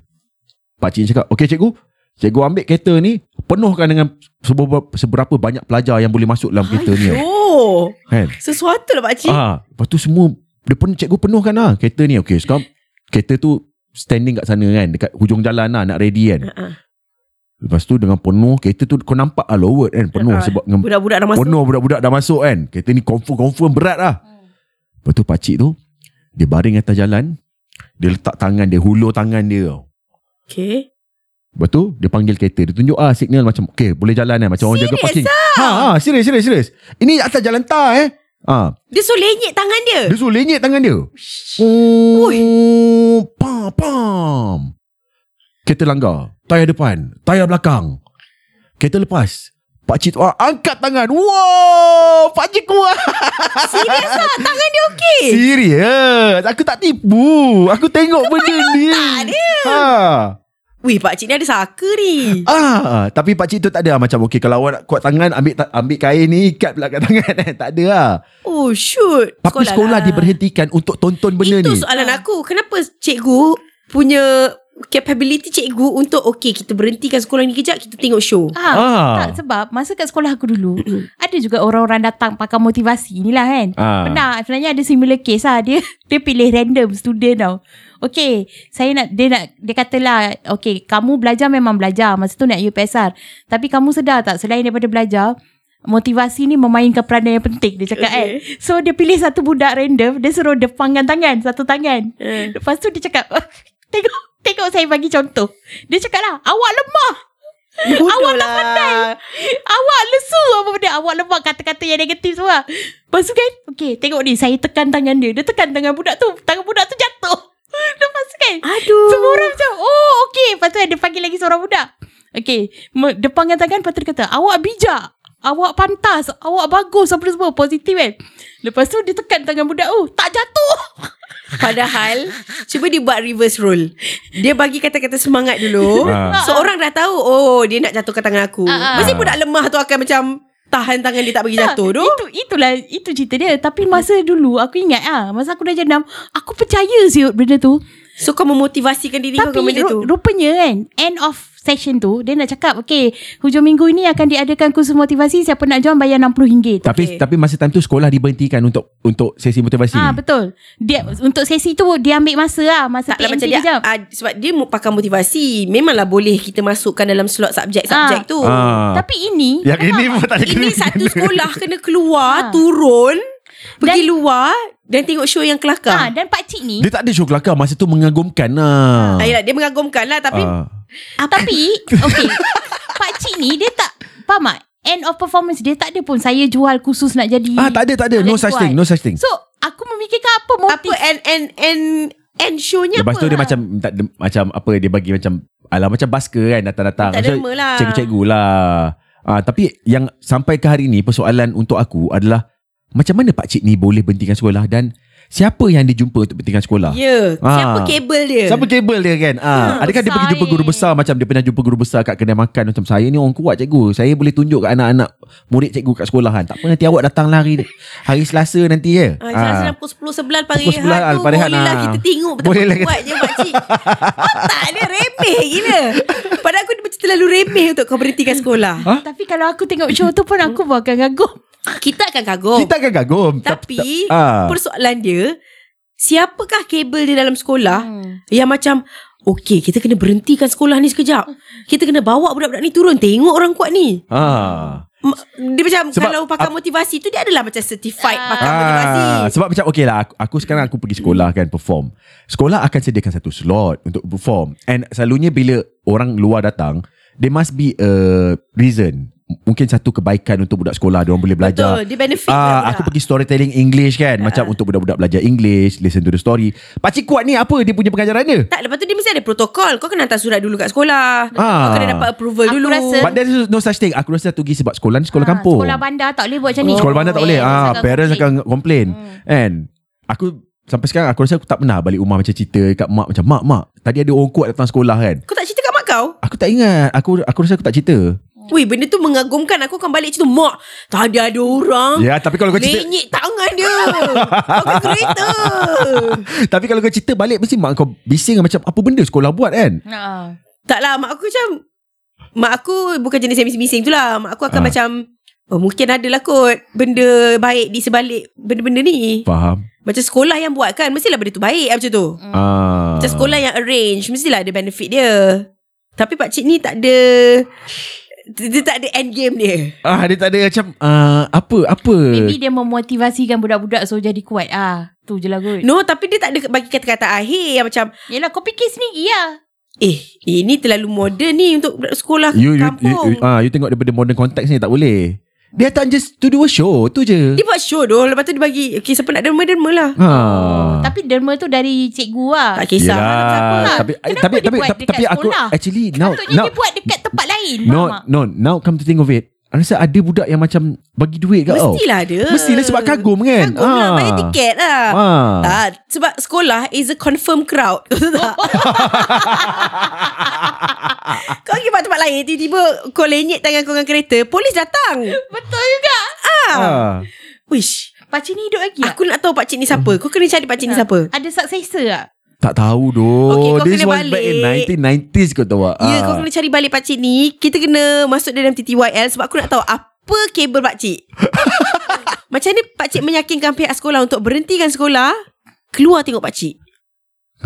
Pakcik ni cakap Okay cikgu Cikgu ambil kereta ni Penuhkan dengan Seberapa, seberapa banyak pelajar Yang boleh masuk dalam kereta ni
Oh
Kan
Sesuatu lah pakcik
Ah, Lepas tu semua dia pen, Cikgu penuhkan lah Kereta ni Okay sekarang Kereta tu Standing kat sana kan Dekat hujung jalan lah Nak ready kan
Ah, ah.
Lepas tu dengan penuh Kereta tu kau nampak lah Lowered kan Penuh
Ah, ah.
sebab dengan
Budak-budak dah masuk
Penuh budak-budak dah masuk kan Kereta ni confirm-confirm berat lah Lepas tu pakcik tu Dia baring atas jalan Dia letak tangan dia Hulur tangan dia tau
Okay
Lepas tu dia panggil kereta Dia tunjuk ah signal macam Okay boleh jalan kan Macam orang jaga
Serious
parking ha, ha, Serius serius serius Ini atas jalan tar eh ha,
Dia suruh lenyek tangan dia
Dia suruh lenyek tangan dia
Ui.
Oh, Pam pam Kereta langgar Tayar depan Tayar belakang Kereta lepas Pakcik tu ah, angkat tangan Wow Pakcik kuat
Serius lah Tangan dia okay
Serius Aku tak tipu Aku tengok benda ni ha.
Wih pakcik ni ada saka ni
Ah, tapi pakcik tu tak ada lah. Macam okay Kalau awak nak kuat tangan Ambil ta- ambil kain ni Ikat pula kat tangan eh. Tak ada lah
Oh shoot
Tapi sekolah, sekolah diberhentikan Untuk tonton benda
lah. Itu
ni
soalan aku Kenapa cikgu Punya Capability cikgu Untuk okay Kita berhentikan sekolah ni kejap Kita tengok show
Ah.
Ah, ah. Tak sebab masa kat sekolah aku dulu ada juga orang-orang datang pakai motivasi ni lah kan.
Ah.
Ah. Pernah sebenarnya ada similar case lah dia dia pilih random student tau. Okay saya nak dia nak dia katalah okay kamu belajar memang belajar masa tu nak UPSR tapi kamu sedar tak selain daripada belajar motivasi ni memainkan peranan yang penting dia cakap
Okay.
okay. kan. So dia pilih satu budak random dia suruh depangkan tangan satu tangan.
Eh.
Lepas tu dia cakap "Oh, tengok tengok saya bagi contoh. Dia cakak lah awak lemah.
Bodoh
Awak tak
lah.
pandai Awak lesu apa benda Awak lemak kata-kata yang negatif semua Lepas tu kan Okay tengok ni Saya tekan tangan dia Dia tekan tangan budak tu Tangan budak tu jatuh Lepas tu kan
Aduh
Semua orang macam Oh okay Lepas tu kan dia panggil lagi seorang budak Okay me- Dia panggil tangan Lepas tu dia kata Awak bijak Awak pantas Awak bagus Apa semua Positif kan Lepas tu dia tekan tangan budak Oh tak jatuh
Padahal Cuba dia buat reverse role Dia bagi kata-kata semangat dulu
Ah.
So orang dah tahu Oh dia nak jatuhkan tangan aku
Ah, ah.
Mesti budak lemah tu akan macam Tahan tangan dia tak bagi jatuh tu
Itu itulah itu cerita dia. Tapi masa dulu aku ingat ah, masa aku dah jenam, aku percaya siut benda tu.
So kau memotivasikan diri kau
Tapi
ke benda
ru-
tu
rupanya kan end of session tu dia nak cakap okay hujung minggu ni akan diadakan kursus motivasi siapa nak join bayar RM60.
Tapi
Okey.
tapi masa time tu sekolah diberhentikan untuk untuk sesi motivasi.
Ah ha,
ni.
betul. Dia untuk sesi tu dia ambil masa lah masa PMT
Taklah macam dia
dia jam.
ah, Sebab dia mu- pakai motivasi Memanglah boleh kita masukkan dalam slot
Ah.
subjek-subjek tu
Ah.
Tapi ini
Yang ini pun tak ada
Ini
kena-
satu sekolah kena keluar
Ah.
Turun Pergi
Dan-
luar Dan tengok show yang
ha,
kelakar
dan pak cik ni
Dia tak ada show kelakar Masa tu mengagumkan lah
Ayolah dia mengagumkan lah Ah, Tapi
Ah.
Tapi Okay Pak Cik ni Dia tak Faham tak End of performance Dia tak ada pun Saya jual khusus nak jadi
Ah, tak ada, tak ada.
nak
No
jadi
such
kuat.
thing, no such thing.
So Aku memikirkan apa motif
Apa and, and, and, and show-nya
Lepas
apa
tu dia
lah?
macam tak, dia, macam apa dia bagi macam alah macam basker kan datang-datang.
Minta derma lah.
Cikgu-cikgu lah. Ah, tapi yang sampai ke hari ni persoalan untuk aku adalah macam mana pak cik ni boleh berhentikan sekolah dan Siapa yang dia jumpa untuk pentingkan sekolah?
Ya,
Ah.
siapa kabel dia?
Siapa kabel dia kan? Ah, ha, adakah dia pergi jumpa
saya.
guru besar macam dia pernah jumpa guru besar kat kedai makan macam saya ni orang kuat cikgu. Saya boleh tunjuk kat anak-anak murid cikgu kat sekolah kan. Tak apa nanti awak datang lah hari hari Selasa nanti ya.
Ah, ha. pukul 10 11 pagi
Pukul 11
tu
Al-Farihan,
boleh lah
ah.
kita tengok betul
Boleh
boleh
lah.
kuat je makcik. Otak dia remeh gila. Padahal aku dia macam terlalu remeh untuk kau berhentikan sekolah.
Tapi kalau aku tengok show tu pun aku bakal kagum.
Kita akan kagum.
Kita akan kagum.
Tapi
ah.
persoalan dia siapakah kabel dia dalam sekolah
Hmm.
yang macam Okey, kita kena berhentikan sekolah ni sekejap. Kita kena bawa budak-budak ni turun. Tengok orang kuat ni.
Ah.
Ma- Dia macam
Sebab-
Sebab, kalau pakar
ap-
motivasi tu, dia adalah macam certified
Ah.
pakar motivasi.
sebab macam okay lah aku, aku sekarang aku pergi sekolah kan perform sekolah akan sediakan satu slot untuk perform and selalunya bila orang luar datang there must be a reason M- mungkin satu kebaikan untuk budak sekolah dia orang boleh belajar
Betul, dia benefit lah
Ah,
budak.
aku pergi storytelling English kan macam untuk budak-budak belajar English listen to the story pakcik kuat ni apa dia punya pengajaran dia
Tak, lepas tu dia mesti ada protokol. Kau kena hantar surat dulu kat sekolah.
Ah.
Kau kena dapat approval
Aku
dulu.
rasa-
But there's no such thing Aku rasa satu lagi Sebab sekolah ni sekolah
Ah,
kampung
Sekolah bandar tak boleh buat macam ni.
Sekolah bandar tak boleh. Ah, parents akan complain.
Hmm.
And aku sampai sekarang aku rasa aku tak pernah balik rumah macam cerita kat mak macam mak mak tadi ada orang kuat datang sekolah kan.
Kau tak cerita kat mak kau?
Aku tak ingat. Aku aku rasa aku tak cerita.
Weh, benda tu mengagumkan. Aku akan balik cerita, Mak, tadi ada orang.
Ya, tapi kalau kau cerita
Lenyik tangan dia. Pakai kereta.
tapi kalau kau cerita balik mesti mak kau bising macam apa benda sekolah buat kan.
Ah.
Taklah, lah, mak aku macam... Mak aku bukan jenis yang bising-bising tu lah. Mak aku akan
Ah.
macam... Oh, mungkin adalah kot benda baik di sebalik benda-benda ni.
Faham?
Macam sekolah yang buat kan. Mestilah benda tu baik lah macam tu.
Ah.
Hmm. Macam sekolah yang arrange Mestilah ada benefit dia Tapi pakcik ni tak ada Dia tak ada end game dia
Ah dia tak ada macam ah, apa apa.
Maybe dia memotivasikan budak-budak so jadi kuat. Ah, tu je lah kot.
No tapi dia tak ada bagi kata-kata akhir Yang macam
Yelah kau fikir sendiri ya.
Eh ini terlalu moden ni Untuk budak sekolah
You you, you,
kampung
you, ah, you tengok daripada modern context ni tak boleh. Dia tak just to do a show tu je.
Dia buat show doh Lepas tu dia bagi Okay siapa nak derma-derma lah
Ha.
Oh, Tapi derma tu dari cikgu
Ah,
lah.
Tak kisah
Yelah,
Macam apa lah.
Tapi
Kenapa
tapi
dia
tapi
buat
tapi,
dekat
tapi aku
sekolah?
actually now
Patutnya
now
dia buat dekat tempat lain.
no
faham tak?
no now come to think of it. I Rasa ada budak yang macam bagi duit kat kau.
Mestilah ada
Mestilah sebab kagum kan?
Kagum lah
Ah.
Bayar tiket lah
Ah.
Tak, sebab sekolah is a confirm crowd. Kau tahu tak? kau pergi kat tempat lain, tiba-tiba kau lenyek tangan kau dengan kereta, polis datang.
Betul juga.
Ah.
Wish.
Pakcik ni hidup
Ya.
lagi tak? Ah,
Aku nak tahu pakcik ni siapa. Kau kena cari pakcik ni siapa.
Ada successor tak?
Tak tahu doh.
Okay, kau
This
kena
was back in
balik.
1990s kau tahu. Ah.
Ya, kau kena cari balik pakcik ni. Kita kena masuk dalam TTYL sebab aku nak tahu apa kabel pakcik. Macam mana pakcik meyakinkan pihak sekolah untuk berhentikan sekolah, keluar tengok pakcik.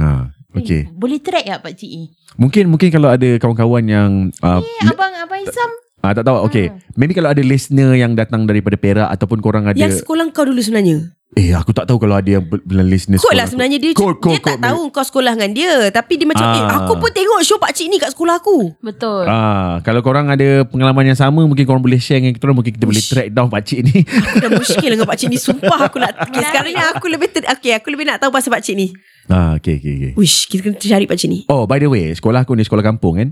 Ha. Okay.
Eh, Boleh track tak pakcik ni?
Mungkin mungkin kalau ada kawan-kawan yang uh,
Eh, abang, abang Isam.
ah, tak tahu. Okay. Maybe kalau ada listener yang datang daripada Perak ataupun korang ada
Yang sekolah kau dulu sebenarnya.
eh aku tak tahu kalau ada yang ber- bulan listener
Kot
sekolah
lah
aku.
sebenarnya dia
Kot, kot,
dia tak
kot.
tahu kau sekolah dengan dia tapi dia macam
Ah.
eh aku pun tengok show pak cik ni kat sekolah aku.
Betul.
Ah, kalau korang ada pengalaman yang sama mungkin korang boleh share dengan kita orang mungkin kita boleh
Ush.
track down pakcik ni.
Aku dah muskil dengan pak cik ni sumpah aku nak okay, sekarang ni aku lebih ter, okay, aku lebih nak tahu pasal pak cik ni.
ah, okay, okay, okay.
Wish kita kena cari pak cik ni.
Oh, by the way, sekolah aku ni sekolah kampung kan.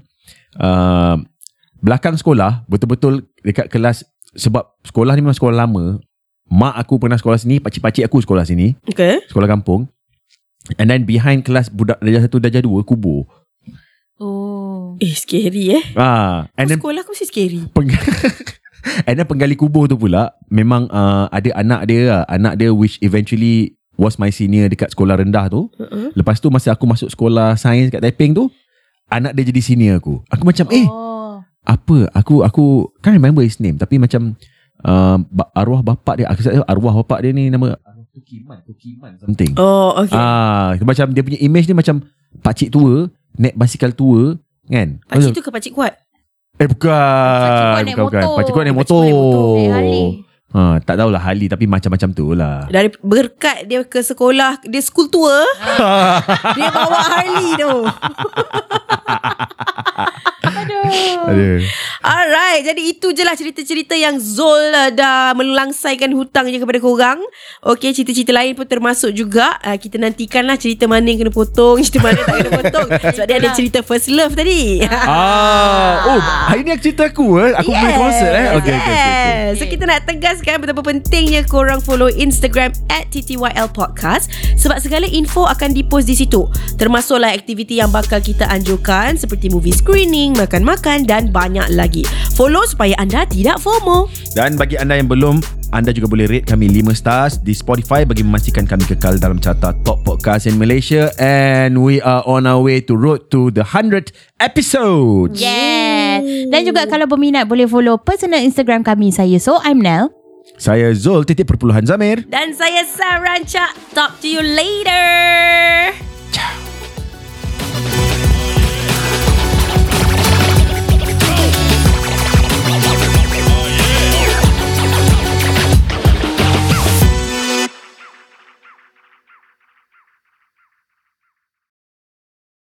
Uh, belakang sekolah betul-betul dekat kelas sebab sekolah ni memang sekolah lama. Mak aku pernah sekolah sini, pakcik-pakcik aku sekolah sini,
Okay.
sekolah kampung. And then behind kelas budak darjah satu, darjah dua, kubur.
Oh.
Eh scary eh.
Ah, and
And
then
sekolah aku mesti scary.
peng- and then penggali kubur tu pula memang uh, ada anak dia, lah. anak dia which eventually was my senior dekat sekolah rendah tu.
Uh-uh.
Lepas tu masa aku masuk sekolah sains kat Taiping tu, anak dia jadi senior aku. Aku macam eh
Oh.
apa aku aku can't remember his name tapi macam uh, ba- arwah bapak dia aku tak tahu arwah bapak dia ni nama Tukiman Tukiman something.
Oh okay.
Ah macam dia punya image dia macam pak cik tua naik basikal tua kan.
pak cik tu ke pak cik kuat?
eh bukan.
Pakcik kau naik
bukan, bukan.
motor.
Pak cik kau naik
Pakcik
motor.
naik Eh, naik Harley.
Ha, tak tahulah Hali tapi macam-macam tu lah.
Dari berkat dia ke sekolah, dia school tour, dia bawa Harley tu.
Aduh.
Ada.
Alright, jadi itu je lah cerita-cerita yang Zul uh, dah melangsaikan hutang je kepada korang. Okay, cerita-cerita lain pun termasuk juga. Uh, kita nantikan lah cerita mana yang kena potong, cerita mana yang tak kena potong. Sebab dia ada cerita first love tadi.
Ah, oh, hari ni aku cerita aku eh. Aku yes. punya konsert eh. Okay, okay, okay, okay.
Yes. So kita nak tegaskan betapa pentingnya korang follow Instagram at TTYL Podcast sebab segala info akan dipost di situ. Termasuklah aktiviti yang bakal kita anjurkan seperti movie screening, makan-makan dan banyak lagi. Follow supaya anda tidak FOMO.
Dan bagi anda yang belum, anda juga boleh rate kami 5 stars di Spotify bagi memastikan kami kekal dalam carta top podcast in Malaysia and we are on our way to road to the 100 episodes.
Yeah. Dan juga kalau berminat boleh follow personal Instagram kami saya. So I'm Nel.
Saya Zul titik perpuluhan Zamir.
Dan saya Saranca. Talk to you later.